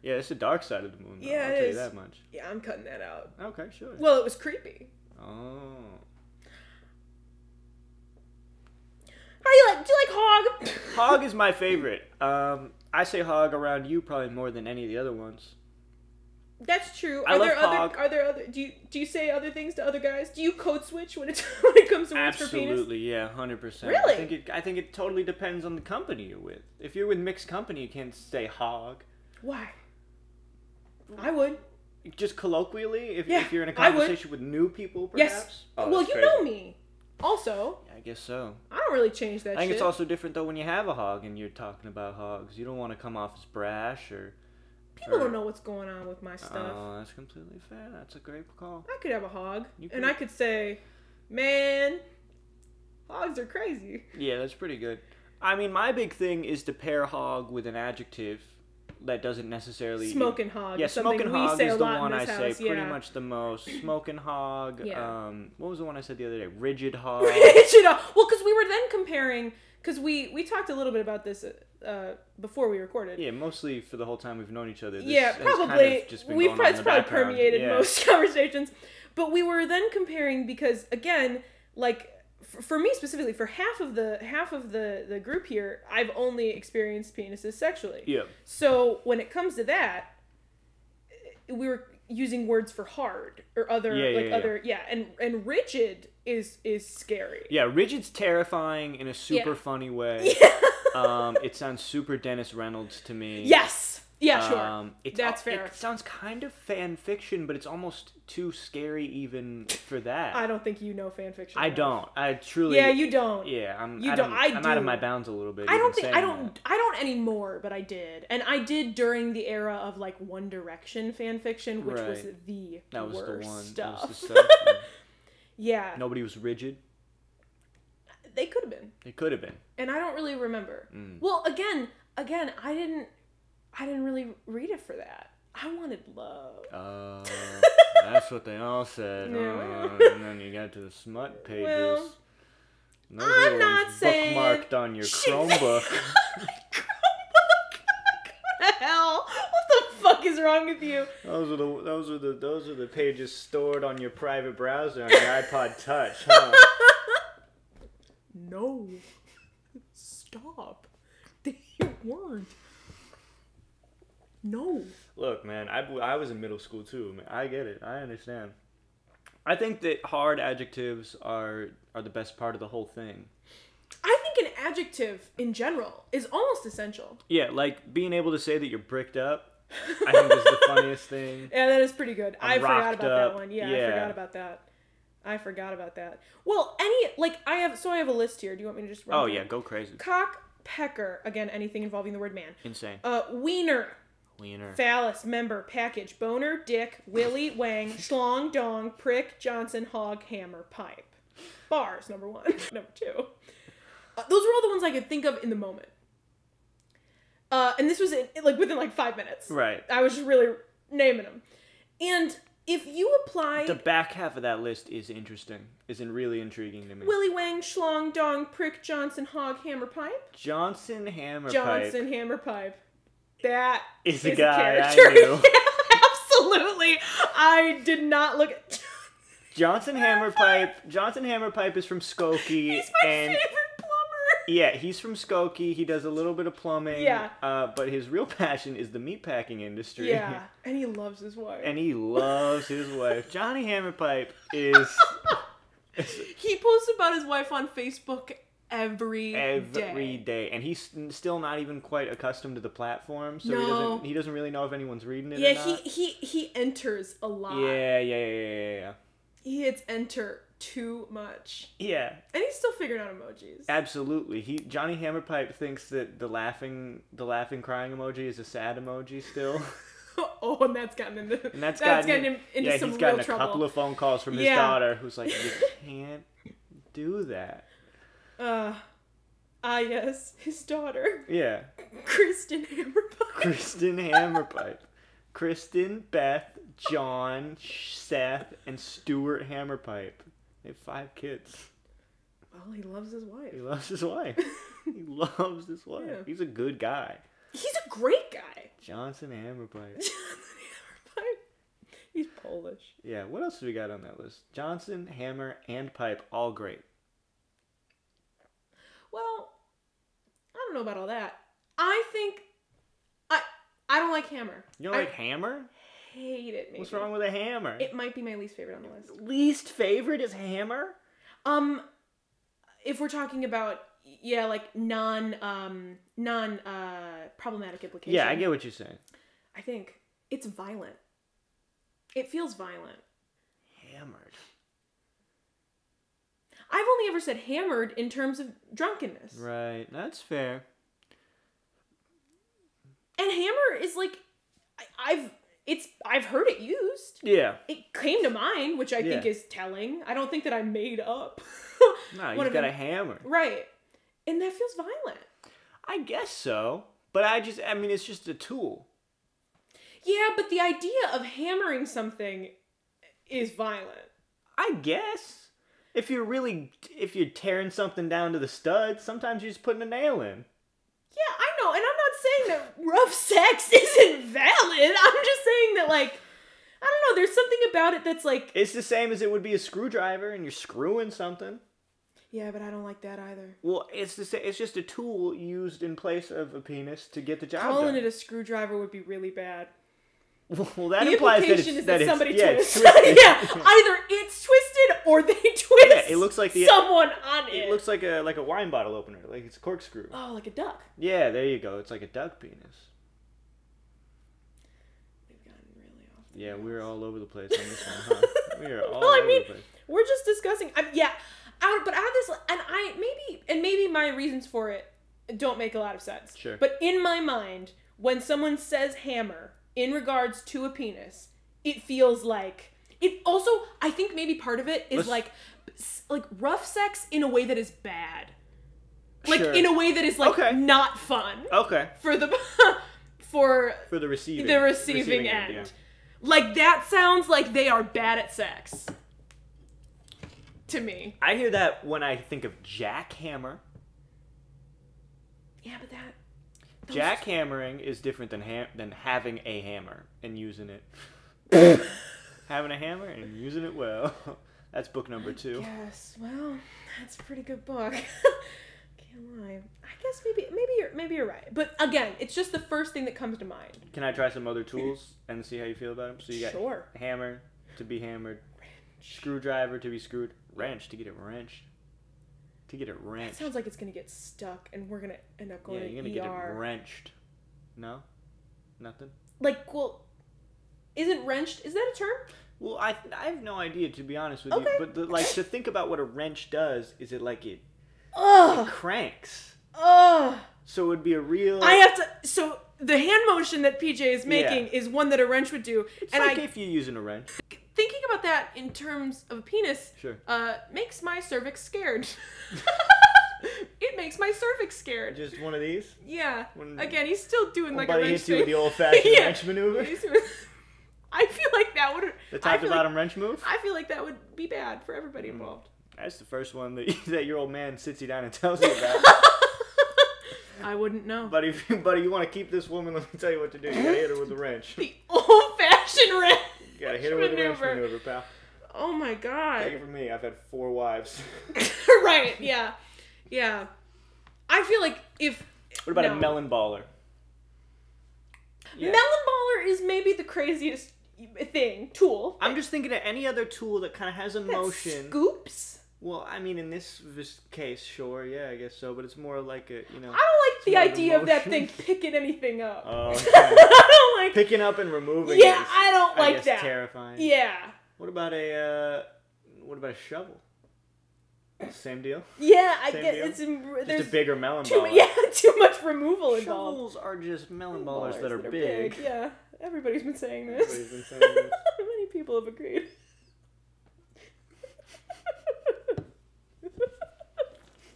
Speaker 2: Yeah, it's the dark side of the moon. Though.
Speaker 3: Yeah,
Speaker 2: I'll
Speaker 3: it
Speaker 2: tell you
Speaker 3: is.
Speaker 2: that much.
Speaker 3: Yeah, I'm cutting that out.
Speaker 2: Okay, sure.
Speaker 3: Well, it was creepy.
Speaker 2: oh.
Speaker 3: How do you like? Do you like hog?
Speaker 2: [LAUGHS] Hog is my favorite. Um, I say hog around you probably more than any of the other ones.
Speaker 3: That's true. Are
Speaker 2: I love
Speaker 3: there
Speaker 2: hog.
Speaker 3: other? Are there other? Do you do you say other things to other guys? Do you code switch when it [LAUGHS] when it comes to words for penis?
Speaker 2: Absolutely, yeah, hundred percent.
Speaker 3: Really?
Speaker 2: I think it. I think it totally depends on the company you're with. If you're with mixed company, you can't say hog.
Speaker 3: Why? I would.
Speaker 2: Just colloquially, if,
Speaker 3: Yeah,
Speaker 2: if you're in a
Speaker 3: I would.
Speaker 2: conversation with new people, perhaps.
Speaker 3: Yes.
Speaker 2: Oh,
Speaker 3: well,
Speaker 2: that's
Speaker 3: you
Speaker 2: crazy.
Speaker 3: know me. Also,
Speaker 2: Yeah, I guess so.
Speaker 3: I don't really change that
Speaker 2: I think
Speaker 3: shit.
Speaker 2: it's also different though when you have a hog and you're talking about hogs. You don't want to come off as brash or
Speaker 3: People
Speaker 2: Or-
Speaker 3: don't know what's going on with my stuff.
Speaker 2: Oh, that's completely fair. That's a great call.
Speaker 3: I could have a hog,
Speaker 2: You
Speaker 3: and
Speaker 2: could.
Speaker 3: I could say, "Man, hogs are crazy."
Speaker 2: Yeah, that's pretty good. I mean, my big thing is to pair hog with an adjective that doesn't necessarily e-
Speaker 3: Smoking hog.
Speaker 2: Yeah,
Speaker 3: is something
Speaker 2: smoking
Speaker 3: we
Speaker 2: hog
Speaker 3: say
Speaker 2: is
Speaker 3: a
Speaker 2: the
Speaker 3: lot
Speaker 2: one
Speaker 3: in
Speaker 2: I
Speaker 3: this
Speaker 2: say
Speaker 3: house.
Speaker 2: pretty
Speaker 3: yeah.
Speaker 2: much the most. Smoking hog.
Speaker 3: Yeah.
Speaker 2: Um, what was the one I said the other day? Rigid hog.
Speaker 3: [LAUGHS] It should all- well, because we were then comparing, because we we talked a little bit about this uh, before we recorded.
Speaker 2: yeah, mostly for the whole time we've known each other. This
Speaker 3: yeah,
Speaker 2: has kind of
Speaker 3: probably.
Speaker 2: just been
Speaker 3: We've
Speaker 2: going on
Speaker 3: probably,
Speaker 2: in
Speaker 3: it's
Speaker 2: the
Speaker 3: probably
Speaker 2: background.
Speaker 3: permeated
Speaker 2: Yeah.
Speaker 3: most [LAUGHS] conversations, but we were then comparing because again, like f- for me specifically, for half of the half of the the group here, I've only experienced penises sexually.
Speaker 2: Yeah.
Speaker 3: So when it comes to that, eh, we were using words for hard or other
Speaker 2: Yeah, yeah,
Speaker 3: like
Speaker 2: yeah.
Speaker 3: other yeah, and and rigid is is scary.
Speaker 2: Yeah, rigid's terrifying in a super
Speaker 3: Yeah.
Speaker 2: funny
Speaker 3: [LAUGHS]
Speaker 2: way. um, it sounds super Dennis Reynolds to me.
Speaker 3: Yes. Yeah, sure.
Speaker 2: Um, it's,
Speaker 3: That's
Speaker 2: al-
Speaker 3: fair.
Speaker 2: It sounds kind of fan fiction, but it's almost too scary even for that.
Speaker 3: I don't think you know fan fiction.
Speaker 2: I
Speaker 3: enough.
Speaker 2: don't. I truly.
Speaker 3: Yeah, you don't.
Speaker 2: Yeah, I'm.
Speaker 3: You
Speaker 2: I
Speaker 3: don't-
Speaker 2: don't.
Speaker 3: I
Speaker 2: I'm out of
Speaker 3: do.
Speaker 2: my bounds a little bit.
Speaker 3: I
Speaker 2: even
Speaker 3: don't think I
Speaker 2: saying
Speaker 3: don't I don't anymore, but I did, and I did during the era of like One Direction fan fiction, which was
Speaker 2: Right.
Speaker 3: the
Speaker 2: That, that was
Speaker 3: worst
Speaker 2: the one.
Speaker 3: stuff.
Speaker 2: That was the stuff. yeah.
Speaker 3: [LAUGHS] yeah,
Speaker 2: Nobody was rigid.
Speaker 3: they could have been,
Speaker 2: It could have been.
Speaker 3: and I don't really remember.
Speaker 2: Mm.
Speaker 3: Well, again, again, I didn't, I didn't really read it for that. I wanted love. [LAUGHS]
Speaker 2: Uh, that's what they all said.
Speaker 3: Yeah.
Speaker 2: Uh, and then you got to the smut pages.
Speaker 3: Well,
Speaker 2: Those
Speaker 3: I'm
Speaker 2: are the
Speaker 3: not
Speaker 2: ones
Speaker 3: saying-
Speaker 2: bookmarked on your
Speaker 3: Shit. [LAUGHS] Oh What
Speaker 2: Chromebook.
Speaker 3: the hell? What the fuck is wrong with you?
Speaker 2: Those are the those are the those are the pages stored on your private browser on your iPod Touch, huh? [LAUGHS]
Speaker 3: No, stop. They weren't. No.
Speaker 2: Look, man, I, bl- I was in middle school too. Man. I get it. I understand. I think that hard adjectives are are the best part of the whole thing.
Speaker 3: I think an adjective in general is almost essential.
Speaker 2: Yeah, like being able to say that you're bricked up. I think
Speaker 3: [LAUGHS]
Speaker 2: is the funniest thing.
Speaker 3: Yeah, that is pretty good. i
Speaker 2: I'm
Speaker 3: forgot
Speaker 2: rocked
Speaker 3: about
Speaker 2: up.
Speaker 3: that one. Yeah,
Speaker 2: Yeah.
Speaker 3: I forgot about that. I forgot about that. Well, any like I have so I have a list here. Do you want me to just run
Speaker 2: Oh
Speaker 3: through
Speaker 2: yeah,
Speaker 3: it?
Speaker 2: go crazy.
Speaker 3: Cock pecker. Again, anything involving the word man.
Speaker 2: Insane.
Speaker 3: Uh wiener,
Speaker 2: Wiener.
Speaker 3: phallus, member, package, boner, dick, willy, wang, schlong, dong, prick, Johnson, hog, hammer, pipe. Bars, number one. [LAUGHS] number two. Uh, those were all the ones I could think of in the moment. Uh, and this was in, like within like five minutes.
Speaker 2: Right.
Speaker 3: I was just really naming them. And if you apply
Speaker 2: The back half of that list is interesting. Isn't really intriguing to me.
Speaker 3: Willy Wang, Schlong Dong, Prick Johnson, Hog, Hammer Pipe,
Speaker 2: Johnson Hammer
Speaker 3: Johnson Hammer Pipe, that
Speaker 2: Is a
Speaker 3: a
Speaker 2: guy I
Speaker 3: character. [LAUGHS]
Speaker 2: knew.
Speaker 3: Absolutely, I did not look at. [LAUGHS]
Speaker 2: Johnson Hammerpipe. Johnson Hammerpipe is from Skokie,
Speaker 3: [LAUGHS] He's my
Speaker 2: and
Speaker 3: favorite
Speaker 2: [LAUGHS]
Speaker 3: plumber.
Speaker 2: yeah, he's from Skokie. He does a little bit of plumbing.
Speaker 3: Yeah.
Speaker 2: Uh, but his real passion is the meatpacking industry.
Speaker 3: Yeah, and he loves his wife.
Speaker 2: [LAUGHS] And he loves his wife. Johnny Hammerpipe is
Speaker 3: he posts about his wife on Facebook [LAUGHS] every
Speaker 2: every
Speaker 3: day.
Speaker 2: day, and he's s- still not even quite accustomed to the platform, so he
Speaker 3: No.
Speaker 2: doesn't he doesn't really know if anyone's reading it. or
Speaker 3: Yeah, he
Speaker 2: not.
Speaker 3: he he enters a lot.
Speaker 2: Yeah, yeah, yeah, yeah, yeah, yeah.
Speaker 3: he hits enter too much,
Speaker 2: Yeah,
Speaker 3: and he's still figuring out emojis.
Speaker 2: absolutely. He Johnny Hammerpipe thinks that the laughing, the laughing, crying emoji is a sad emoji still.
Speaker 3: [LAUGHS]
Speaker 2: [LAUGHS]
Speaker 3: oh, and that's gotten into
Speaker 2: And that's,
Speaker 3: that's
Speaker 2: gotten,
Speaker 3: gotten him into
Speaker 2: yeah,
Speaker 3: some
Speaker 2: he's gotten
Speaker 3: real
Speaker 2: a
Speaker 3: trouble.
Speaker 2: couple of phone calls from his
Speaker 3: Yeah.
Speaker 2: daughter who's like,
Speaker 3: [LAUGHS]
Speaker 2: you can't do that.
Speaker 3: Uh, ah, yes, his daughter,
Speaker 2: Yeah.
Speaker 3: Kristen Hammerbuck.
Speaker 2: Kristen Hammerpipe. Kristen, Beth, John, Seth, and Stuart Hammerpipe. They have five kids.
Speaker 3: Well, he loves his wife.
Speaker 2: He loves his wife.
Speaker 3: [LAUGHS]
Speaker 2: he loves his wife.
Speaker 3: Yeah.
Speaker 2: He's a good guy.
Speaker 3: He's a great guy. [LAUGHS]
Speaker 2: Johnson Hammerpipe.
Speaker 3: Hammerbuck. He's Polish.
Speaker 2: Yeah, what else do we got on that list? Johnson, Hammer, and Pipe, all great.
Speaker 3: Well, I don't know about all that. I think I I don't like Hammer.
Speaker 2: You don't
Speaker 3: I
Speaker 2: like Hammer?
Speaker 3: hate it. Maybe.
Speaker 2: What's wrong with a hammer?
Speaker 3: It might be my least favorite on the list.
Speaker 2: Least favorite is hammer?
Speaker 3: Um, if we're talking about yeah, like non um non uh problematic implication.
Speaker 2: Yeah, I get what you're saying.
Speaker 3: I think it's violent. It feels violent.
Speaker 2: Hammered.
Speaker 3: I've only ever said hammered in terms of drunkenness.
Speaker 2: Right, that's fair.
Speaker 3: And hammer is like, I, I've it's I've heard it used.
Speaker 2: Yeah.
Speaker 3: It came to mind, which I think
Speaker 2: Yeah.
Speaker 3: is telling. I don't think that I made up. [LAUGHS]
Speaker 2: No,
Speaker 3: One
Speaker 2: you've
Speaker 3: of
Speaker 2: got
Speaker 3: them-
Speaker 2: a hammer.
Speaker 3: Right. And that feels violent.
Speaker 2: I guess so. But I just, I mean, it's just a tool.
Speaker 3: Yeah, but the idea of hammering something is violent.
Speaker 2: I guess. If you're really, if you're tearing something down to the studs, sometimes you're just putting a nail in.
Speaker 3: Yeah, I know, and I'm not saying that rough sex [LAUGHS] isn't valid. I'm just saying that like I don't know, there's something about it that's like
Speaker 2: It's the same as it would be a screwdriver and you're screwing something.
Speaker 3: Yeah, but I don't like that either.
Speaker 2: Well, it's the sa- it's just a tool used in place of a penis to get the job
Speaker 3: Calling
Speaker 2: done.
Speaker 3: it a screwdriver would be really bad.
Speaker 2: [LAUGHS] well, that
Speaker 3: the
Speaker 2: implies that
Speaker 3: implication
Speaker 2: it's,
Speaker 3: is that,
Speaker 2: it's-
Speaker 3: somebody
Speaker 2: yeah, it's [LAUGHS]
Speaker 3: twists. [LAUGHS]
Speaker 2: twisted.
Speaker 3: yeah, either it's twisted or they [LAUGHS] twist.
Speaker 2: it looks like the-
Speaker 3: someone on it.
Speaker 2: It looks like a like a wine bottle opener, like it's a corkscrew.
Speaker 3: oh, like a duck.
Speaker 2: Yeah, there you go. It's like a duck penis.
Speaker 3: We've gotten really off.
Speaker 2: Yeah, we were all over the place on this one, huh?
Speaker 3: [LAUGHS]
Speaker 2: We are all
Speaker 3: Well, I
Speaker 2: over
Speaker 3: mean,
Speaker 2: the place.
Speaker 3: We're just discussing. I'm, yeah, out but out of this, and I maybe and maybe my reasons for it don't make a lot of sense.
Speaker 2: Sure.
Speaker 3: But in my mind, when someone says hammer in regards to a penis, it feels like it. Also, I think maybe part of it is
Speaker 2: Let's-
Speaker 3: like s- like rough sex in a way that is bad, like
Speaker 2: Sure.
Speaker 3: in a way that is like
Speaker 2: Okay. Uh,
Speaker 3: not fun
Speaker 2: Okay,
Speaker 3: for the [LAUGHS] for
Speaker 2: for the receiving.
Speaker 3: the receiving, end. Like that sounds like they are bad at sex. To me.
Speaker 2: I hear that when I think of jackhammer.
Speaker 3: Yeah, but that
Speaker 2: Jackhammering is different than ha- than having a hammer and using it.
Speaker 3: [LAUGHS]
Speaker 2: having a hammer and using it well. [LAUGHS] That's book number two.
Speaker 3: Yes. Well, that's a pretty good book. [LAUGHS] Can't lie. I guess maybe maybe you're maybe you're right. But again, it's just the first thing that comes to mind.
Speaker 2: Can I try some other tools and see how you feel about them? So you got
Speaker 3: Sure.
Speaker 2: hammer to be hammered, screwdriver to be screwed, wrench to get it wrenched, to get it
Speaker 3: It
Speaker 2: wrenched.
Speaker 3: sounds like it's gonna get stuck and we're gonna end up
Speaker 2: yeah,
Speaker 3: going
Speaker 2: you're gonna
Speaker 3: to
Speaker 2: get
Speaker 3: ER.
Speaker 2: it wrenched. No, nothing.
Speaker 3: like well isn't wrenched is that a term?
Speaker 2: Well, I I have no idea to be honest with
Speaker 3: Okay.
Speaker 2: you. But the, like to think about what a wrench does is it like it
Speaker 3: Ugh.
Speaker 2: cranks.
Speaker 3: Ugh.
Speaker 2: So it would be a real.
Speaker 3: I have to so the hand motion that PJ is making is one that a wrench would do.
Speaker 2: It's
Speaker 3: and
Speaker 2: like
Speaker 3: I
Speaker 2: if you're using a wrench.
Speaker 3: thinking about that in terms of a penis
Speaker 2: Sure.
Speaker 3: uh, makes my cervix scared.
Speaker 2: [LAUGHS]
Speaker 3: it makes my cervix scared.
Speaker 2: Just one of these.
Speaker 3: yeah.
Speaker 2: When-
Speaker 3: Again, he's still doing
Speaker 2: When
Speaker 3: like a
Speaker 2: Buddy
Speaker 3: wrench
Speaker 2: hits you
Speaker 3: thing.
Speaker 2: with the old-fashioned
Speaker 3: [LAUGHS] Yeah.
Speaker 2: wrench maneuver.
Speaker 3: He's doing- [LAUGHS] I feel like that would.
Speaker 2: The
Speaker 3: I
Speaker 2: top to
Speaker 3: feel
Speaker 2: bottom
Speaker 3: Like,
Speaker 2: Mm-hmm. wrench move.
Speaker 3: I feel like that would be bad for everybody involved. [LAUGHS]
Speaker 2: That's the first one that [LAUGHS] that your old man sits you down and tells you
Speaker 3: [LAUGHS]
Speaker 2: about.
Speaker 3: I wouldn't know.
Speaker 2: buddy, [LAUGHS] buddy, you want to keep this woman? Let me tell you what to do. You gotta hit her with
Speaker 3: [LAUGHS]
Speaker 2: a wrench. You
Speaker 3: the old-fashioned [LAUGHS] wrench.
Speaker 2: gotta hit her with a wrench
Speaker 3: maneuver.
Speaker 2: maneuver, pal.
Speaker 3: Oh my god.
Speaker 2: Take it from me. I've had four wives. [LAUGHS]
Speaker 3: [LAUGHS] right. Yeah. Yeah. I feel like if
Speaker 2: What about
Speaker 3: No.
Speaker 2: a melon baller? Yeah.
Speaker 3: melon baller is maybe the craziest thing tool.
Speaker 2: I'm just thinking of any other tool that kind of has a
Speaker 3: That
Speaker 2: motion.
Speaker 3: Scoops.
Speaker 2: Well, I mean, in this, this case, sure, yeah, I guess so, but it's more like a, you
Speaker 3: I don't
Speaker 2: know. more
Speaker 3: like
Speaker 2: of
Speaker 3: the
Speaker 2: a
Speaker 3: idea of that
Speaker 2: motion.
Speaker 3: thing picking anything up.
Speaker 2: Oh, [LAUGHS] okay.
Speaker 3: I don't [LAUGHS] like.
Speaker 2: Picking up and removing.
Speaker 3: yeah,
Speaker 2: is,
Speaker 3: I don't
Speaker 2: I
Speaker 3: like
Speaker 2: guess,
Speaker 3: that.
Speaker 2: Terrifying.
Speaker 3: Yeah,
Speaker 2: What about a uh, what about a shovel? Same deal.
Speaker 3: yeah. I
Speaker 2: Same
Speaker 3: get
Speaker 2: deal?
Speaker 3: it's in,
Speaker 2: Just
Speaker 3: there's
Speaker 2: a bigger melon
Speaker 3: too
Speaker 2: baller.
Speaker 3: mu- [LAUGHS] yeah too much removal involved.
Speaker 2: Shovels are just melon
Speaker 3: Ballers
Speaker 2: ballers, that are, big.
Speaker 3: Yeah, everybody's been saying this.
Speaker 2: Everybody's been saying this.
Speaker 3: [LAUGHS] Many people have agreed. [LAUGHS]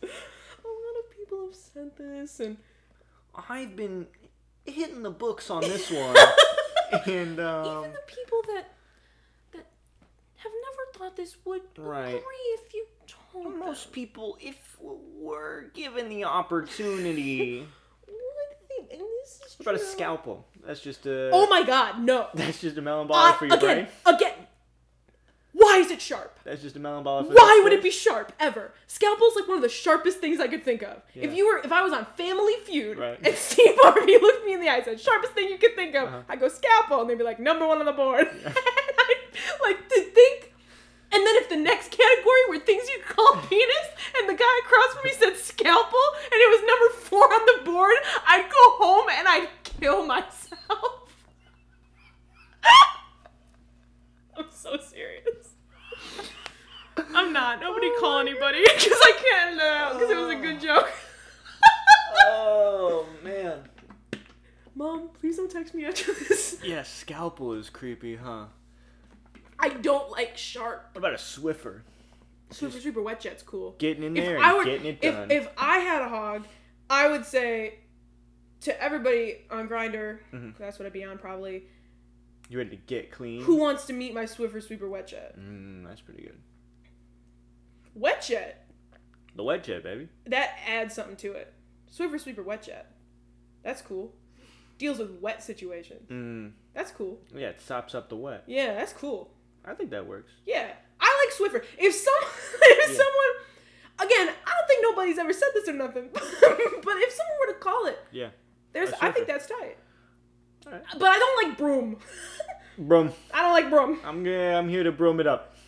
Speaker 3: a lot of people have said this, and
Speaker 2: I've been hitting the books on [LAUGHS] this one,
Speaker 3: [LAUGHS]
Speaker 2: and um,
Speaker 3: even the people that that have never thought this would
Speaker 2: Right.
Speaker 3: agree if you told them.
Speaker 2: most people, if we're given [LAUGHS] the opportunity,
Speaker 3: What thing? And this is
Speaker 2: what about a
Speaker 3: true.
Speaker 2: scalpel? That's just a
Speaker 3: Oh my god, no.
Speaker 2: [LAUGHS] That's just a melon
Speaker 3: I-
Speaker 2: baller for your
Speaker 3: again,
Speaker 2: brain.
Speaker 3: again. Why is it sharp?
Speaker 2: That's just a melon baller. For
Speaker 3: Why
Speaker 2: this
Speaker 3: would it
Speaker 2: place.
Speaker 3: be sharp ever? Scalpel's like one of the sharpest things I could think of. If
Speaker 2: Yeah.
Speaker 3: you were, if I was on Family Feud
Speaker 2: Right.
Speaker 3: and [LAUGHS] Steve Harvey looked me in the eye and said, "Sharpest thing you could think of,"
Speaker 2: Uh-huh.
Speaker 3: I go scalpel, and they'd be like, "Number one on the board." [LAUGHS] And I, like to think, and then if the next category were things you call [LAUGHS] penis, and the guy across from me said scalpel, and it was number four on the board, I'd go home and I'd kill myself. [LAUGHS] I'm so serious. I'm not. Nobody call anybody [LAUGHS] because I can't let out because it [LAUGHS] was a good joke.
Speaker 2: Oh man.
Speaker 3: Mom, please Please don't text me after this.
Speaker 2: Yeah, scalpel is creepy, huh?
Speaker 3: I don't like sharp.
Speaker 2: What about a Swiffer?
Speaker 3: Super, super wet jet's cool.
Speaker 2: Getting in
Speaker 3: If
Speaker 2: there
Speaker 3: I
Speaker 2: and
Speaker 3: were-
Speaker 2: getting it
Speaker 3: if,
Speaker 2: done.
Speaker 3: if I had a hog, I would say to everybody on Grinder,
Speaker 2: Mhm.
Speaker 3: that's what I'd be on probably.
Speaker 2: you ready to get clean?
Speaker 3: Who wants to meet my Swiffer Sweeper Wet Jet?
Speaker 2: Mm, that's pretty good.
Speaker 3: Wet Jet
Speaker 2: The wet jet, baby.
Speaker 3: that adds something to it. Swiffer Sweeper Wet Jet, that's cool. Deals with wet situations.
Speaker 2: Mm,
Speaker 3: That's cool.
Speaker 2: yeah, it stops up the wet.
Speaker 3: Yeah, that's cool.
Speaker 2: I think that works.
Speaker 3: Yeah, I like Swiffer. If some, [LAUGHS] if
Speaker 2: Yeah.
Speaker 3: someone, again, I don't think nobody's ever said this or nothing, [LAUGHS] but if someone were to call it,
Speaker 2: Yeah.
Speaker 3: there's,
Speaker 2: A
Speaker 3: I think
Speaker 2: Swiffer.
Speaker 3: that's tight.
Speaker 2: All right.
Speaker 3: But I don't like broom. [LAUGHS]
Speaker 2: Broom.
Speaker 3: I don't like broom. [LAUGHS]
Speaker 2: I'm gonna, I'm here to broom it up. [LAUGHS]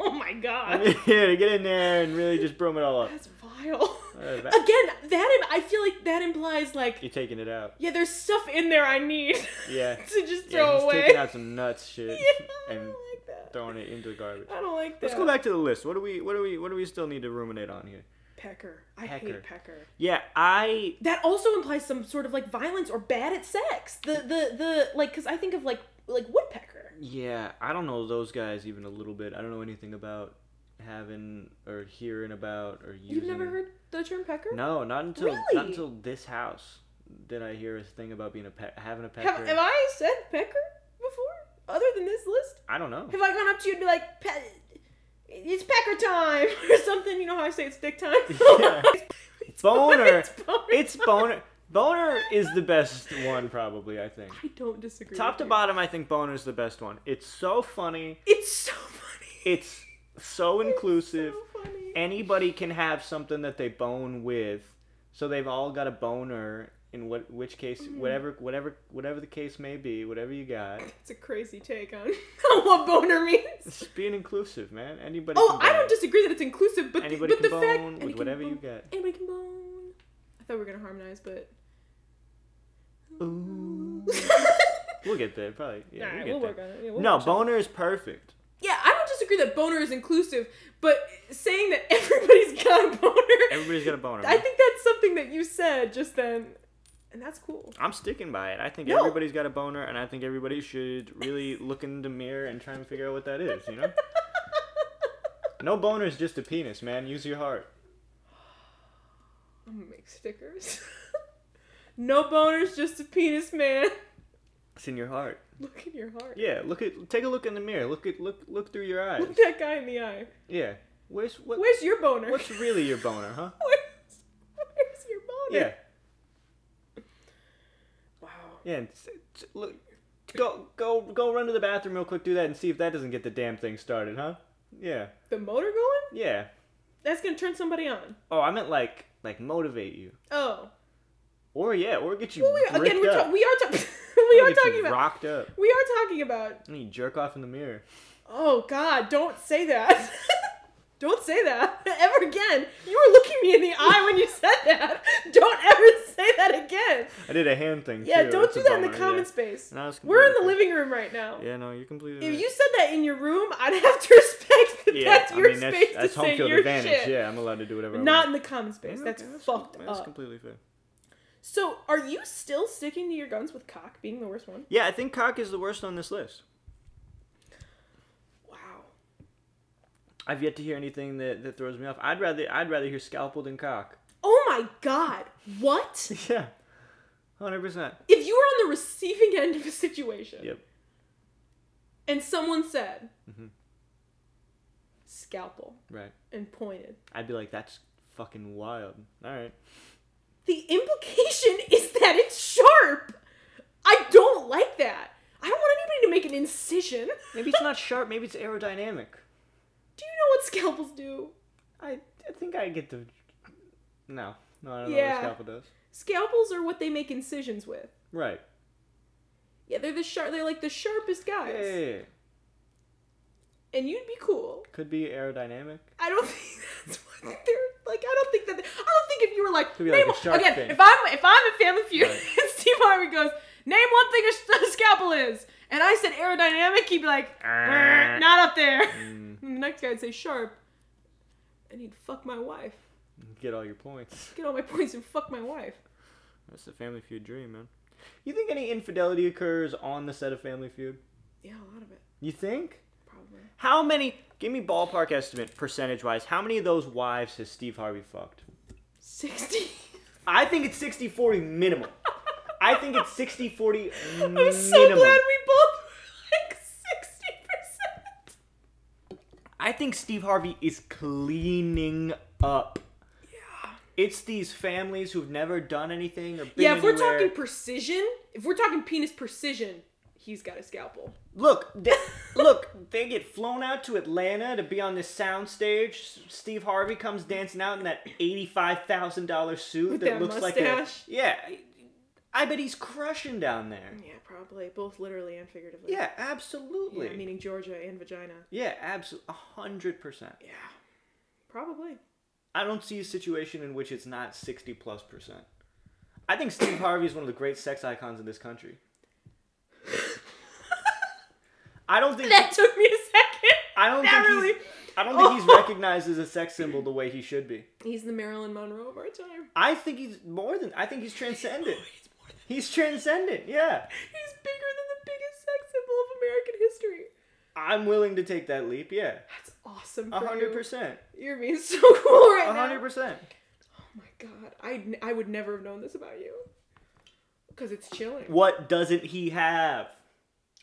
Speaker 3: Oh my
Speaker 2: I'm
Speaker 3: god,
Speaker 2: here to get in there and really just broom it all
Speaker 3: [LAUGHS]
Speaker 2: up.
Speaker 3: that's vile.
Speaker 2: Uh, that-
Speaker 3: Again, that im- I feel like that implies like,
Speaker 2: You're taking it out.
Speaker 3: yeah, there's stuff in there I need [LAUGHS]
Speaker 2: Yeah.
Speaker 3: to just
Speaker 2: yeah,
Speaker 3: throw
Speaker 2: he's
Speaker 3: away.
Speaker 2: taking out some nuts
Speaker 3: [LAUGHS]
Speaker 2: shit
Speaker 3: Yeah, I don't
Speaker 2: and
Speaker 3: like that.
Speaker 2: throwing it into the garbage.
Speaker 3: I don't like that.
Speaker 2: Let's go back to the list. What do we, what do we, what do we still need to ruminate on here?
Speaker 3: Pecker. I
Speaker 2: Pecker.
Speaker 3: hate pecker.
Speaker 2: Yeah, I
Speaker 3: that also implies some sort of like violence or bad at sex. The the the like because I think of like like woodpecker.
Speaker 2: Yeah, I don't know those guys even a little bit. I don't know anything about having or hearing about or using.
Speaker 3: You've never heard the term pecker?
Speaker 2: No, not until not
Speaker 3: Really?
Speaker 2: until this house did I hear a thing about being a pe- having a
Speaker 3: have,
Speaker 2: pecker.
Speaker 3: have I said pecker before? Other than this list,
Speaker 2: I don't know.
Speaker 3: have I gone up to you and be like, "Pe- "It's pecker time" [LAUGHS] or something? You know how I say it's dick time?
Speaker 2: [LAUGHS] Yeah.
Speaker 3: [LAUGHS] It's
Speaker 2: Boner.
Speaker 3: It's boner. [LAUGHS]
Speaker 2: It's boner. Boner is the best one, probably. I think.
Speaker 3: I don't disagree.
Speaker 2: Top
Speaker 3: with
Speaker 2: to
Speaker 3: you.
Speaker 2: bottom, I think boner is the best one. It's so funny.
Speaker 3: It's so funny.
Speaker 2: It's so inclusive.
Speaker 3: So funny.
Speaker 2: anybody can have something that they bone with, so they've all got a boner. In what which case,
Speaker 3: Mm-hmm.
Speaker 2: whatever, whatever, whatever the case may be, whatever you got,
Speaker 3: It's a crazy take on [LAUGHS] what boner means.
Speaker 2: it's being inclusive, man. Anybody.
Speaker 3: Oh,
Speaker 2: can
Speaker 3: I
Speaker 2: bone.
Speaker 3: don't disagree that it's inclusive, but
Speaker 2: Anybody
Speaker 3: the, but
Speaker 2: can
Speaker 3: the fact
Speaker 2: bone with
Speaker 3: anybody can
Speaker 2: whatever you
Speaker 3: bone.
Speaker 2: got.
Speaker 3: Anybody can bone. I thought we were gonna harmonize,
Speaker 2: [LAUGHS]
Speaker 3: but
Speaker 2: Ooh.
Speaker 3: All
Speaker 2: We'll get there, probably. Yeah,
Speaker 3: right, we'll
Speaker 2: we'll get
Speaker 3: work
Speaker 2: there.
Speaker 3: on it. Yeah, we'll
Speaker 2: no,
Speaker 3: work on it.
Speaker 2: boner is perfect.
Speaker 3: Yeah, I don't disagree that boner is inclusive, but saying that [LAUGHS] everybody's got a boner.
Speaker 2: Everybody's got a boner.
Speaker 3: [LAUGHS] I think that's something that you said just then, and that's cool. [LAUGHS]
Speaker 2: I'm sticking by it. I think
Speaker 3: No.
Speaker 2: everybody's got a boner, and I think everybody should really look in the mirror and try and figure out what that is. You know, no boner is just a penis, man. Use your heart.
Speaker 3: I'm gonna make stickers. [LAUGHS] no boners, just a penis, man. [LAUGHS]
Speaker 2: It's in your heart.
Speaker 3: Look in your heart.
Speaker 2: Yeah, look at take a look in the mirror. Look at look look through your eyes.
Speaker 3: Look that guy in the eye.
Speaker 2: Yeah. Where's what
Speaker 3: Where's your boner? [LAUGHS]
Speaker 2: what's really your boner, huh?
Speaker 3: Where's, where's your boner?
Speaker 2: Yeah.
Speaker 3: Wow.
Speaker 2: Yeah, and s- s- look go go go run to the bathroom real quick, do that and see if that doesn't get the damn thing started, huh? Yeah.
Speaker 3: The motor going?
Speaker 2: Yeah.
Speaker 3: That's gonna turn somebody on.
Speaker 2: Oh, I meant like like motivate you.
Speaker 3: Oh.
Speaker 2: Or yeah, or get you
Speaker 3: Well, we,
Speaker 2: bricked
Speaker 3: again, we're
Speaker 2: up.
Speaker 3: ta- we are ta- [LAUGHS] we
Speaker 2: Or
Speaker 3: are
Speaker 2: get you
Speaker 3: talking about
Speaker 2: rocked up.
Speaker 3: we are talking about.
Speaker 2: And you jerk off in the mirror.
Speaker 3: Oh God! Don't say that. [LAUGHS] don't say that [LAUGHS] ever again. You were looking me in the eye when you said that. [LAUGHS] Don't ever say that again.
Speaker 2: I did a hand thing
Speaker 3: Yeah,
Speaker 2: too.
Speaker 3: don't
Speaker 2: That's
Speaker 3: do
Speaker 2: a
Speaker 3: that in the
Speaker 2: bummer,
Speaker 3: comment
Speaker 2: yeah.
Speaker 3: space.
Speaker 2: No, it's
Speaker 3: We're in the
Speaker 2: completely-
Speaker 3: living room right now.
Speaker 2: Yeah, no, you're completely
Speaker 3: If
Speaker 2: right.
Speaker 3: you said that in your room, I'd have to [LAUGHS] respect that
Speaker 2: yeah,
Speaker 3: that's
Speaker 2: I
Speaker 3: your
Speaker 2: mean, that's,
Speaker 3: space
Speaker 2: that's
Speaker 3: to
Speaker 2: home
Speaker 3: say
Speaker 2: field
Speaker 3: your
Speaker 2: advantage.
Speaker 3: shit.
Speaker 2: Yeah, I'm allowed to do whatever I want.
Speaker 3: Not in the comment space.
Speaker 2: Yeah,
Speaker 3: That's
Speaker 2: okay,
Speaker 3: fucked
Speaker 2: com- That's
Speaker 3: up.
Speaker 2: completely fair.
Speaker 3: So, are you still sticking to your guns with cock being the worst one?
Speaker 2: Yeah, I think cock is the worst on this list.
Speaker 3: Wow.
Speaker 2: I've yet to hear anything that, that throws me off. I'd rather I'd rather hear scalpel than cock.
Speaker 3: Oh my god. What?
Speaker 2: [LAUGHS] Yeah, hundred percent.
Speaker 3: If you were on the receiving end of a situation
Speaker 2: Yep.
Speaker 3: and someone said
Speaker 2: Mhm.
Speaker 3: scalpel
Speaker 2: Right.
Speaker 3: and pointed,
Speaker 2: I'd be like, that's fucking wild. All right.
Speaker 3: the implication [LAUGHS] is that it's sharp. I don't like that. I don't want anybody to make an incision.
Speaker 2: Maybe it's not sharp. Maybe it's aerodynamic.
Speaker 3: [LAUGHS] Do you know what scalpels do?
Speaker 2: I I think I get the. No, no, I don't know
Speaker 3: Yeah.
Speaker 2: what a scalpel does.
Speaker 3: Scalpels are what they make incisions with.
Speaker 2: Right.
Speaker 3: Yeah, they're the sharp. They're like the sharpest guys,
Speaker 2: Yeah, yeah, yeah.
Speaker 3: and you'd be cool.
Speaker 2: Could be aerodynamic.
Speaker 3: I don't [LAUGHS] think that's what they're like. I don't think that. They, I don't think if you were like,
Speaker 2: Oh. Could be like
Speaker 3: name-
Speaker 2: a shark
Speaker 3: again,
Speaker 2: fin.
Speaker 3: if I'm if I'm a Family Feud
Speaker 2: Right.
Speaker 3: [LAUGHS] and Steve Harvey goes, name one thing a, s- a scalpel is, and I said aerodynamic, he'd be like, "Eh, not up there.
Speaker 2: Mm,
Speaker 3: And the next guy would say sharp, and he'd fuck my wife.
Speaker 2: get all your points.
Speaker 3: Get all my points and fuck my wife.
Speaker 2: That's the family feud dream, man. You think any infidelity occurs on the set of Family Feud?
Speaker 3: Yeah, a lot of it,
Speaker 2: You think?
Speaker 3: probably.
Speaker 2: How many? Give me ballpark estimate, percentage wise. How many of those wives has Steve Harvey fucked?
Speaker 3: 60.
Speaker 2: I think it's 60 40 minimum. I think it's 60 40
Speaker 3: [LAUGHS]
Speaker 2: minimum.
Speaker 3: I'm so glad we both were like 60%.
Speaker 2: I think Steve Harvey is cleaning up.
Speaker 3: Yeah.
Speaker 2: It's these families who've never done anything or been
Speaker 3: Yeah, if we're
Speaker 2: anywhere.
Speaker 3: talking precision, if we're talking penis precision, he's got a scalpel.
Speaker 2: Look,
Speaker 3: [LAUGHS]
Speaker 2: they, look, they get flown out to Atlanta to be on this soundstage. S- Steve Harvey comes dancing out in that eighty-five thousand dollar suit
Speaker 3: With
Speaker 2: that,
Speaker 3: that
Speaker 2: looks
Speaker 3: mustache.
Speaker 2: like a yeah. I- I bet he's crushing down there.
Speaker 3: Yeah, probably. Both literally and figuratively.
Speaker 2: Yeah, absolutely.
Speaker 3: Yeah, meaning Georgia and vagina.
Speaker 2: yeah, absolutely, hundred percent.
Speaker 3: Yeah. Probably.
Speaker 2: I don't see a situation in which it's not sixty plus percent. I think Steve Harvey is one of the great sex icons in this country. I don't
Speaker 3: [LAUGHS]
Speaker 2: think
Speaker 3: That took me a second.
Speaker 2: I don't think
Speaker 3: that really.
Speaker 2: he's, I don't think
Speaker 3: [LAUGHS]
Speaker 2: he's recognized as a sex symbol the way he should be.
Speaker 3: He's the Marilyn Monroe of our time.
Speaker 2: I think he's more than. I think he's transcendent.
Speaker 3: Oh, He's more than.
Speaker 2: He's transcendent. Yeah,
Speaker 3: He's bigger than the biggest sex symbol of American history.
Speaker 2: I'm willing to take that leap. Yeah,
Speaker 3: That's awesome.
Speaker 2: a
Speaker 3: For
Speaker 2: hundred
Speaker 3: you.
Speaker 2: percent.
Speaker 3: You're being so [LAUGHS] cool right
Speaker 2: A
Speaker 3: now.
Speaker 2: hundred percent.
Speaker 3: Oh my god, I I would never have known this about you. Because it's chilling.
Speaker 2: What doesn't he have?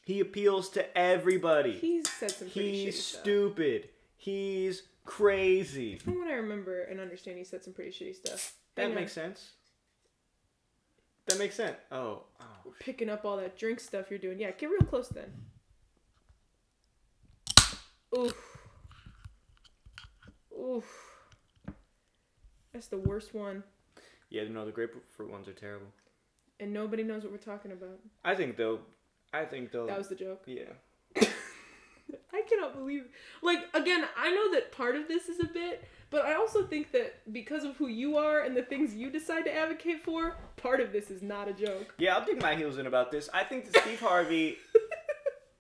Speaker 2: He appeals to everybody.
Speaker 3: He said some pretty shitty
Speaker 2: He's
Speaker 3: stuff.
Speaker 2: stupid. He's crazy.
Speaker 3: From what I remember and understand, he said some pretty shitty stuff.
Speaker 2: That
Speaker 3: Hang on.
Speaker 2: makes sense. That makes sense. Oh, oh.
Speaker 3: picking up all that drink stuff you're doing. Yeah, get real close then. Oof. Oof. That's the worst one.
Speaker 2: yeah. No, the grapefruit ones are terrible.
Speaker 3: And nobody knows what we're talking about.
Speaker 2: I think they'll. I think they'll.
Speaker 3: That was the joke.
Speaker 2: yeah.
Speaker 3: I cannot believe. Like, again, I know that part of this is a bit, but I also think that because of who you are and the things you decide to advocate for, part of this is not a joke.
Speaker 2: [LAUGHS] Yeah, I'll dig my heels in about this. I think that Steve Harvey,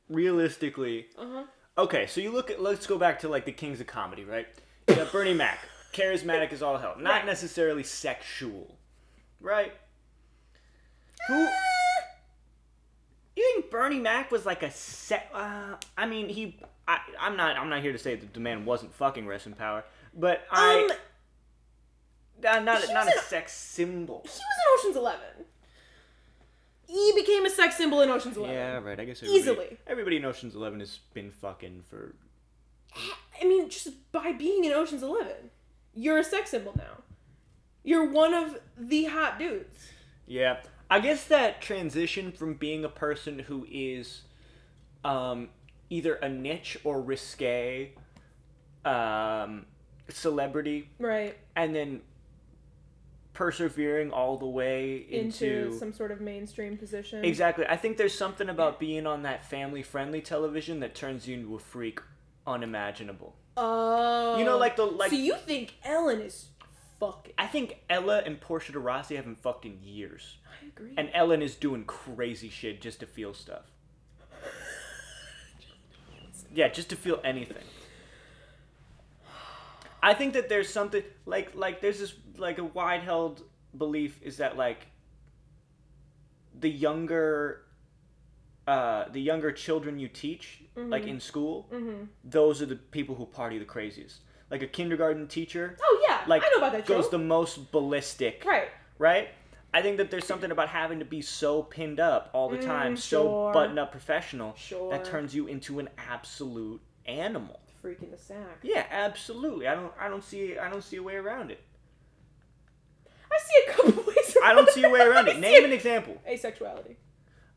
Speaker 2: realistically,
Speaker 3: Uh huh.
Speaker 2: okay. So you look at let's go back to like the kings of comedy, right? You got Bernie Mac, charismatic as all hell, not
Speaker 3: Right.
Speaker 2: necessarily sexual, right? Who? You think Bernie Mac was like a set? Uh, I mean, he. I, I'm not. I'm not here to say that the man wasn't fucking rest in power, but I.
Speaker 3: Um,
Speaker 2: not not,
Speaker 3: he
Speaker 2: not
Speaker 3: was
Speaker 2: a
Speaker 3: a-
Speaker 2: sex symbol.
Speaker 3: He was in Ocean's Eleven. He became a sex symbol in Ocean's Eleven.
Speaker 2: Yeah, right. I guess everybody,
Speaker 3: Easily.
Speaker 2: Everybody in Ocean's Eleven has been fucking for.
Speaker 3: I mean, just by being in Ocean's Eleven, you're a sex symbol now. You're one of the hot dudes.
Speaker 2: Yeah, I guess that transition from being a person who is, um, either a niche or risque, um, celebrity,
Speaker 3: Right.
Speaker 2: and then persevering all the way
Speaker 3: Into,
Speaker 2: into.
Speaker 3: some sort of mainstream position.
Speaker 2: Exactly. I think there's something about being on that family-friendly television that turns you into a freak unimaginable.
Speaker 3: Oh.
Speaker 2: You know, like the like
Speaker 3: so you think Ellen is fucking.
Speaker 2: I think Ella and Portia de Rossi haven't fucked in years.
Speaker 3: I agree.
Speaker 2: And Ellen is doing crazy shit just to feel stuff. Yeah, just to feel anything. I think that there's something like like there's this like a wide held belief is that like the younger uh the younger children you teach
Speaker 3: Mm-hmm.
Speaker 2: like in school those are the people who party the craziest like a kindergarten teacher
Speaker 3: oh yeah,
Speaker 2: like
Speaker 3: I know about that
Speaker 2: goes
Speaker 3: joke.
Speaker 2: the most ballistic
Speaker 3: right.
Speaker 2: right? I think that there's something about having to be so pinned up all the time, so
Speaker 3: Mm, sure.
Speaker 2: buttoned up professional,
Speaker 3: Sure.
Speaker 2: that turns you into an absolute animal.
Speaker 3: Freaking the sack.
Speaker 2: Yeah, absolutely. I don't I don't see I don't see a way around it.
Speaker 3: I see a couple ways.
Speaker 2: I don't see a way around
Speaker 3: I [LAUGHS]
Speaker 2: it.
Speaker 3: see
Speaker 2: Name
Speaker 3: a-
Speaker 2: an example.
Speaker 3: Asexuality.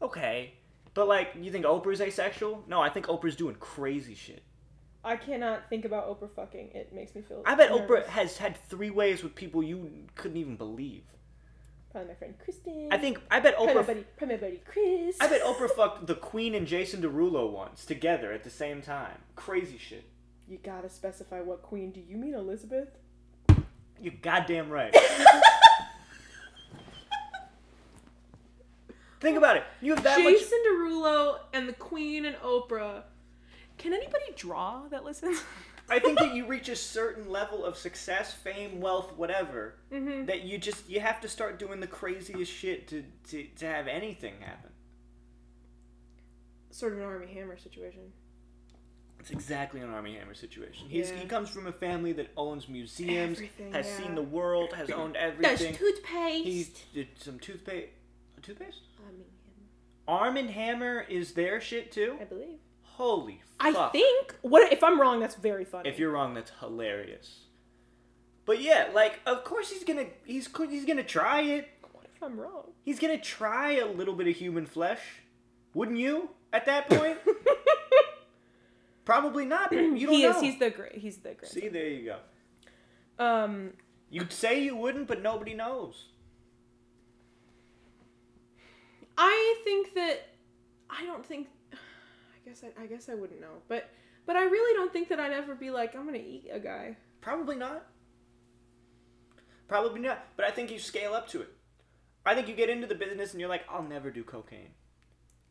Speaker 2: Okay. But like, you think Oprah's asexual? No, I think Oprah's doing crazy shit.
Speaker 3: I cannot think about Oprah fucking. It makes me feel.
Speaker 2: I bet
Speaker 3: nervous.
Speaker 2: Oprah has had three ways with people you couldn't even believe.
Speaker 3: Probably my friend Kristen.
Speaker 2: I think I bet
Speaker 3: Probably my
Speaker 2: Oprah
Speaker 3: buddy, probably my buddy Chris.
Speaker 2: I bet Oprah fucked the Queen and Jason Derulo once together at the same time. Crazy shit.
Speaker 3: You gotta specify what queen. Do you mean Elizabeth?
Speaker 2: You're
Speaker 3: [LAUGHS]
Speaker 2: goddamn right. Think about it. You have that much.
Speaker 3: Jason Derulo and the Queen and Oprah. Can anybody draw that listens?
Speaker 2: I think that you reach a certain level of success, fame, wealth, whatever,
Speaker 3: Mm-hmm.
Speaker 2: that you just you have to start doing the craziest shit to to, to have anything happen.
Speaker 3: Sort of an army hammer situation.
Speaker 2: It's exactly an Army Hammer situation. He's,
Speaker 3: Yeah.
Speaker 2: He comes from a family that owns museums,
Speaker 3: Everything,
Speaker 2: has
Speaker 3: yeah.
Speaker 2: seen the world, has owned everything.
Speaker 3: toothpaste.
Speaker 2: He did some toothpaste. Toothpaste?
Speaker 3: I mean,
Speaker 2: Arm and Hammer is their shit too.
Speaker 3: I believe.
Speaker 2: Holy
Speaker 3: I
Speaker 2: fuck!
Speaker 3: think. What if I'm wrong? That's very funny.
Speaker 2: If you're wrong, that's hilarious. But yeah, like of course he's gonna he's co- he's gonna try it.
Speaker 3: what if I'm [LAUGHS] wrong?
Speaker 2: He's gonna try a little bit of human flesh, wouldn't you? At
Speaker 3: [LAUGHS]
Speaker 2: that point, probably not. but You don't
Speaker 3: he
Speaker 2: know.
Speaker 3: is. He's the great. He's the great.
Speaker 2: See, there you go.
Speaker 3: Um.
Speaker 2: You'd say you wouldn't, but nobody knows.
Speaker 3: I think that I don't think. [SIGHS] I guess I, I guess I wouldn't know, but but I really don't think that I'd ever be like I'm gonna eat a guy.
Speaker 2: Probably not. Probably not. But I think you scale up to it. I think you get into the business and you're like, I'll never do cocaine.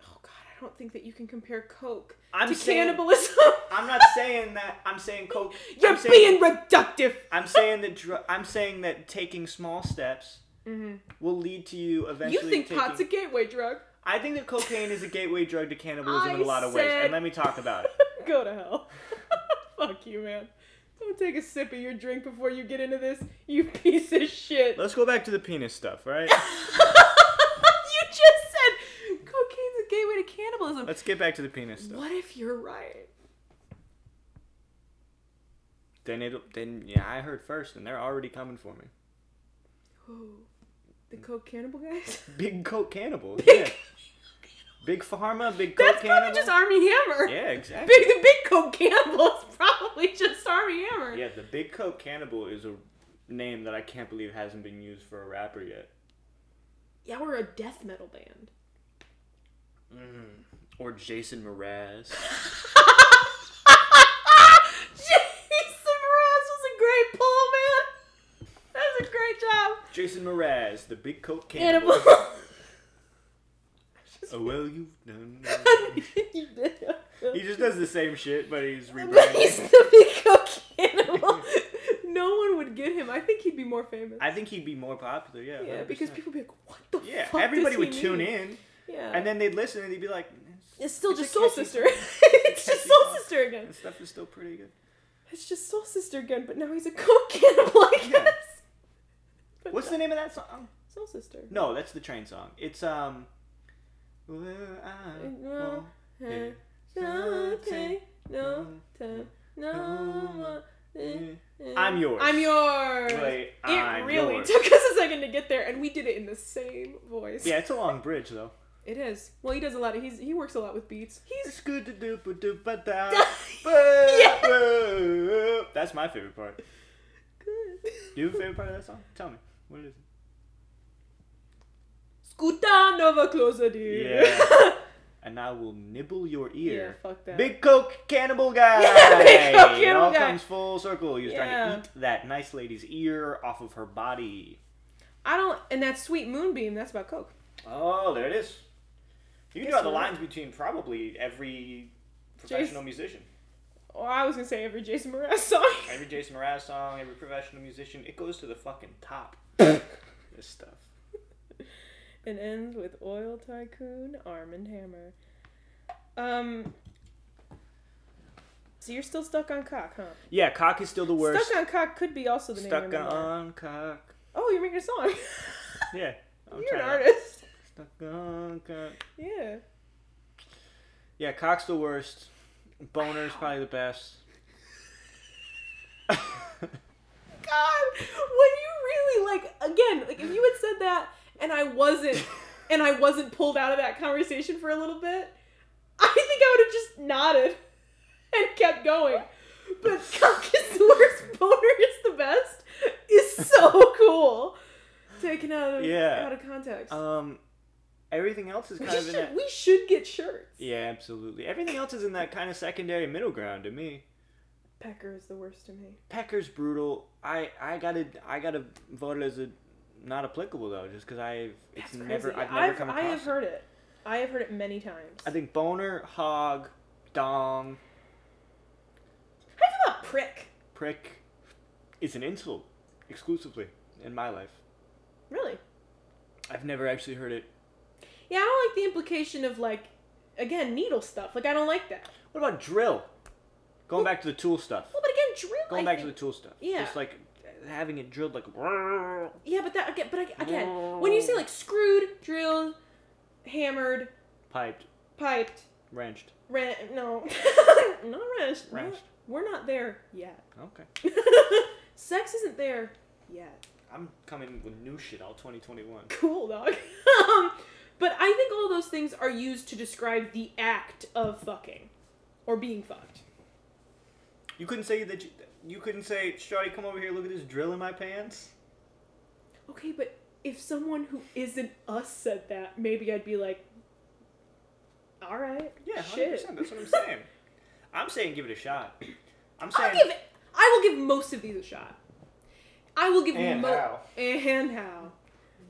Speaker 3: Oh God, I don't think that you can compare Coke
Speaker 2: I'm
Speaker 3: to
Speaker 2: saying-
Speaker 3: cannibalism.
Speaker 2: I'm not saying that. I'm saying coke.
Speaker 3: [LAUGHS] You're
Speaker 2: I'm saying,
Speaker 3: being reductive.
Speaker 2: I'm saying that. Dr- I'm saying that taking small steps will lead to you
Speaker 3: Mm-hmm. You
Speaker 2: eventually.
Speaker 3: think
Speaker 2: taking-
Speaker 3: pot's a gateway drug?
Speaker 2: I think that cocaine is a gateway drug to cannibalism in
Speaker 3: I
Speaker 2: a lot of ways,
Speaker 3: said-
Speaker 2: and let me talk about it.
Speaker 3: [LAUGHS] Go to hell. Fuck you, man. Don't take a sip of your drink before you get into this, you [LAUGHS] piece of shit.
Speaker 2: Let's go back to the penis stuff,
Speaker 3: [LAUGHS] you
Speaker 2: right?
Speaker 3: just said cocaine's a gateway to cannibalism.
Speaker 2: Let's get back to the penis stuff.
Speaker 3: what if you're right?
Speaker 2: Then it'll. Then yeah, I heard first, and they're already coming for me.
Speaker 3: Ooh, the coke cannibal guys?
Speaker 2: Big coke cannibals.
Speaker 3: Big- [LAUGHS]
Speaker 2: yeah. Big pharma, big coke
Speaker 3: That's
Speaker 2: cannibal.
Speaker 3: probably just Army Hammer.
Speaker 2: yeah, exactly.
Speaker 3: Big the big coke cannibal is [LAUGHS] probably just Army Hammer.
Speaker 2: Yeah, the big coke cannibal is a name that I can't believe hasn't been used for a rapper yet,
Speaker 3: Yeah, we're a death metal band. Mm-hmm.
Speaker 2: or Jason Mraz.
Speaker 3: Jason Mraz was a great pull, man. That was a great job.
Speaker 2: Jason Mraz, the big coke cannibal.
Speaker 3: Animal.
Speaker 2: Oh well, you've
Speaker 3: [LAUGHS]
Speaker 2: done. He
Speaker 3: he's [LAUGHS]
Speaker 2: just does the same shit, but he's rebranded.
Speaker 3: the big coke animal. no one would get him. I think he'd be more famous.
Speaker 2: I think he'd be more popular. Yeah.
Speaker 3: yeah,
Speaker 2: 100%.
Speaker 3: because people would be like, "What the
Speaker 2: Yeah,
Speaker 3: fuck?"
Speaker 2: everybody would tune in,
Speaker 3: Yeah,
Speaker 2: and then they'd listen, and they'd be like,
Speaker 3: it's still
Speaker 2: It's
Speaker 3: just
Speaker 2: a
Speaker 3: Soul
Speaker 2: catchy [LAUGHS]
Speaker 3: Sister. [LAUGHS] it's just
Speaker 2: catchy
Speaker 3: Soul
Speaker 2: song.
Speaker 3: Sister again.
Speaker 2: "This stuff is still pretty good."
Speaker 3: It's just Soul Sister again, but now he's a coke cannibal. I
Speaker 2: Yeah.
Speaker 3: guess. But
Speaker 2: What's
Speaker 3: no,
Speaker 2: the name of that song?
Speaker 3: Soul Sister?
Speaker 2: No, that's the train song. It's um. Well, I
Speaker 3: No.
Speaker 2: won't
Speaker 3: Hey.
Speaker 2: hear
Speaker 3: Okay, no
Speaker 2: something.
Speaker 3: time, no more. Eh, eh.
Speaker 2: I'm yours.
Speaker 3: I'm yours.
Speaker 2: Wait,
Speaker 3: it
Speaker 2: I'm
Speaker 3: really
Speaker 2: yours.
Speaker 3: took us a second to get there, and we did it in the same voice.
Speaker 2: Yeah, it's a long bridge though.
Speaker 3: It is. Well, he does a lot of. He's he works a lot with beats. He's [LAUGHS]
Speaker 2: It's good to do, but do, but
Speaker 3: Yeah.
Speaker 2: That's my favorite part.
Speaker 3: good.
Speaker 2: Do you have a favorite part of that song? Tell me. What is it?
Speaker 3: Scuta nova closer, dude. [LAUGHS]
Speaker 2: Yeah. And I will nibble your
Speaker 3: yeah.
Speaker 2: ear.
Speaker 3: Fuck that.
Speaker 2: Big Coke Cannibal
Speaker 3: [LAUGHS]
Speaker 2: Guy!
Speaker 3: Yeah, Big Coke
Speaker 2: it all
Speaker 3: Cannibal Guy.
Speaker 2: comes full circle. He was trying
Speaker 3: Yeah.
Speaker 2: to eat that nice lady's ear off of her body.
Speaker 3: I don't. And that sweet moonbeam. That's about coke.
Speaker 2: Oh, there it is. You
Speaker 3: Guess
Speaker 2: draw the
Speaker 3: what?
Speaker 2: lines between probably every professional musician.
Speaker 3: Oh, I was gonna say every Jason Mraz song.
Speaker 2: [LAUGHS] Every Jason Mraz song, every professional musician, it goes to the fucking
Speaker 3: [LAUGHS]
Speaker 2: top. this stuff.
Speaker 3: and ends with oil tycoon Arm and Hammer. Um. So you're still stuck on cock, huh?
Speaker 2: Yeah, cock is still the worst.
Speaker 3: Stuck on cock could be also the name
Speaker 2: Stuck
Speaker 3: of your memoir.
Speaker 2: on cock.
Speaker 3: Oh, you're making a song.
Speaker 2: [LAUGHS] Yeah. I'm
Speaker 3: [LAUGHS] you're an
Speaker 2: trying to-
Speaker 3: artist.
Speaker 2: Stuck on cock.
Speaker 3: Yeah.
Speaker 2: Yeah, cock's the worst. Boner's probably the best.
Speaker 3: [LAUGHS] God, when you really like again, like if you had said that and I wasn't and I wasn't pulled out of that conversation for a little bit, I think I would have just nodded and kept going. But cock is the [LAUGHS] worst, boner is the best is
Speaker 2: [LAUGHS]
Speaker 3: so cool. Taken out of
Speaker 2: Yeah.
Speaker 3: out of context.
Speaker 2: um, everything else is
Speaker 3: we,
Speaker 2: kind of in
Speaker 3: should,
Speaker 2: that.
Speaker 3: we should get shirts.
Speaker 2: Yeah, absolutely. Everything else is in that kind of secondary middle ground to me.
Speaker 3: Pecker is the worst to me.
Speaker 2: Pecker's brutal. I I gotta I gotta vote it as a not applicable though, just because I've
Speaker 3: That's
Speaker 2: it's
Speaker 3: crazy.
Speaker 2: never I've never come
Speaker 3: I
Speaker 2: across.
Speaker 3: have
Speaker 2: it.
Speaker 3: heard it. I have heard it many times.
Speaker 2: I think boner, hog, dong.
Speaker 3: How do you feel about prick.
Speaker 2: Prick is an insult exclusively in my life.
Speaker 3: Really?
Speaker 2: I've never actually heard it.
Speaker 3: Yeah, I don't like the implication of like, again, needle stuff. Like I don't like that.
Speaker 2: What about drill? Going back to the tool stuff.
Speaker 3: Well, but again, drill.
Speaker 2: Going
Speaker 3: I
Speaker 2: back to
Speaker 3: think-
Speaker 2: the tool stuff.
Speaker 3: Yeah.
Speaker 2: Just like having it drilled like. Well,
Speaker 3: Yeah, but that again, but ag- again, when you say like screwed, drilled, hammered,
Speaker 2: Piped,
Speaker 3: piped,
Speaker 2: wrenched.
Speaker 3: ran, no, [LAUGHS] not wrenched. no,
Speaker 2: Wrenched.
Speaker 3: We're not there [LAUGHS] yet.
Speaker 2: Okay.
Speaker 3: Sex isn't there yet.
Speaker 2: I'm coming with new shit all 2021.
Speaker 3: Cool dog. [LAUGHS] um, but I think all those things are used to describe the act of fucking or being fucked.
Speaker 2: You couldn't say that. You, you couldn't say, Shawty, come over here. Look at this drill in my pants.
Speaker 3: Okay, but if someone who isn't us said that, maybe I'd be like, all right,
Speaker 2: Yeah, 100%.
Speaker 3: shit.
Speaker 2: That's what
Speaker 3: [LAUGHS]
Speaker 2: I'm saying. I'm saying give it a shot. I'm saying.
Speaker 3: I'll give it. I will give most of these a shot. I will give
Speaker 2: And
Speaker 3: mo-
Speaker 2: how.
Speaker 3: and how.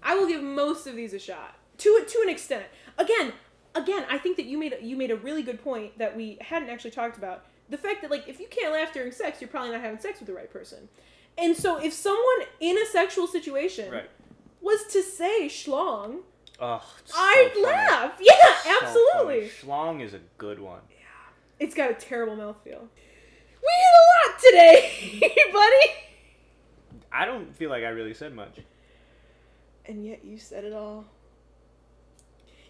Speaker 3: I will give most of these a shot to to an extent. Again, again, I think that you made a, you made a really good point that we hadn't actually talked about the fact that like if you can't laugh during sex, you're probably not having sex with the right person. And so if someone in a sexual situation
Speaker 2: Right.
Speaker 3: was to say schlong,
Speaker 2: Oh, it's so
Speaker 3: I'd
Speaker 2: funny.
Speaker 3: laugh. Yeah,
Speaker 2: So
Speaker 3: absolutely.
Speaker 2: funny. Schlong is a good one.
Speaker 3: It's got a terrible mouthfeel. We hit a lot today, [LAUGHS] buddy.
Speaker 2: I don't feel like I really said much.
Speaker 3: And yet you said it all.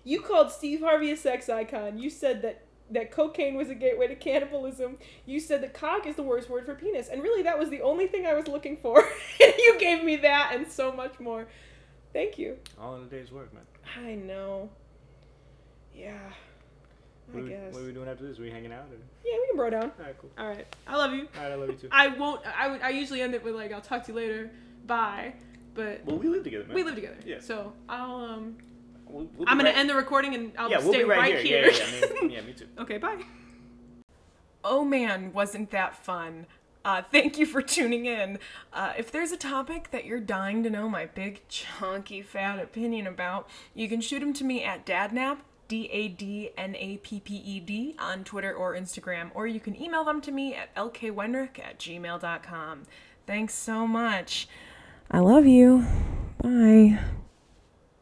Speaker 3: You called Steve Harvey a sex icon. You said that that cocaine was a gateway to cannibalism. You said that cock is the worst word for penis. And really that was the only thing I was looking for. [LAUGHS] And you gave me that and so much more. Thank you.
Speaker 2: All in a day's work, man.
Speaker 3: I know. Yeah. I
Speaker 2: What, are we,
Speaker 3: guess.
Speaker 2: what are we doing after this? Are we hanging out? Or?
Speaker 3: Yeah, we can bro down.
Speaker 2: All right, cool.
Speaker 3: All right. I love you.
Speaker 2: All right, I love you too.
Speaker 3: I won't I would I usually end it with like I'll talk to you later. Bye. But
Speaker 2: well, we live together, man.
Speaker 3: we live together.
Speaker 2: Yeah.
Speaker 3: So I'll um
Speaker 2: We'll, we'll be
Speaker 3: I'm gonna
Speaker 2: right-
Speaker 3: end the recording and I'll
Speaker 2: Yeah,
Speaker 3: stay
Speaker 2: we'll be right, here. Yeah, yeah,
Speaker 3: [LAUGHS]
Speaker 2: I mean, yeah, me too.
Speaker 3: okay, bye.
Speaker 1: Oh man, wasn't that fun? Uh, thank you for tuning in. Uh, if there's a topic that you're dying to know my big, chunky, fat opinion about, you can shoot them to me at dadnap, D A D N A P P E D, on Twitter or Instagram, or you can email them to me at lkwenrick at gmail.com. Thanks so much. I love you. Bye.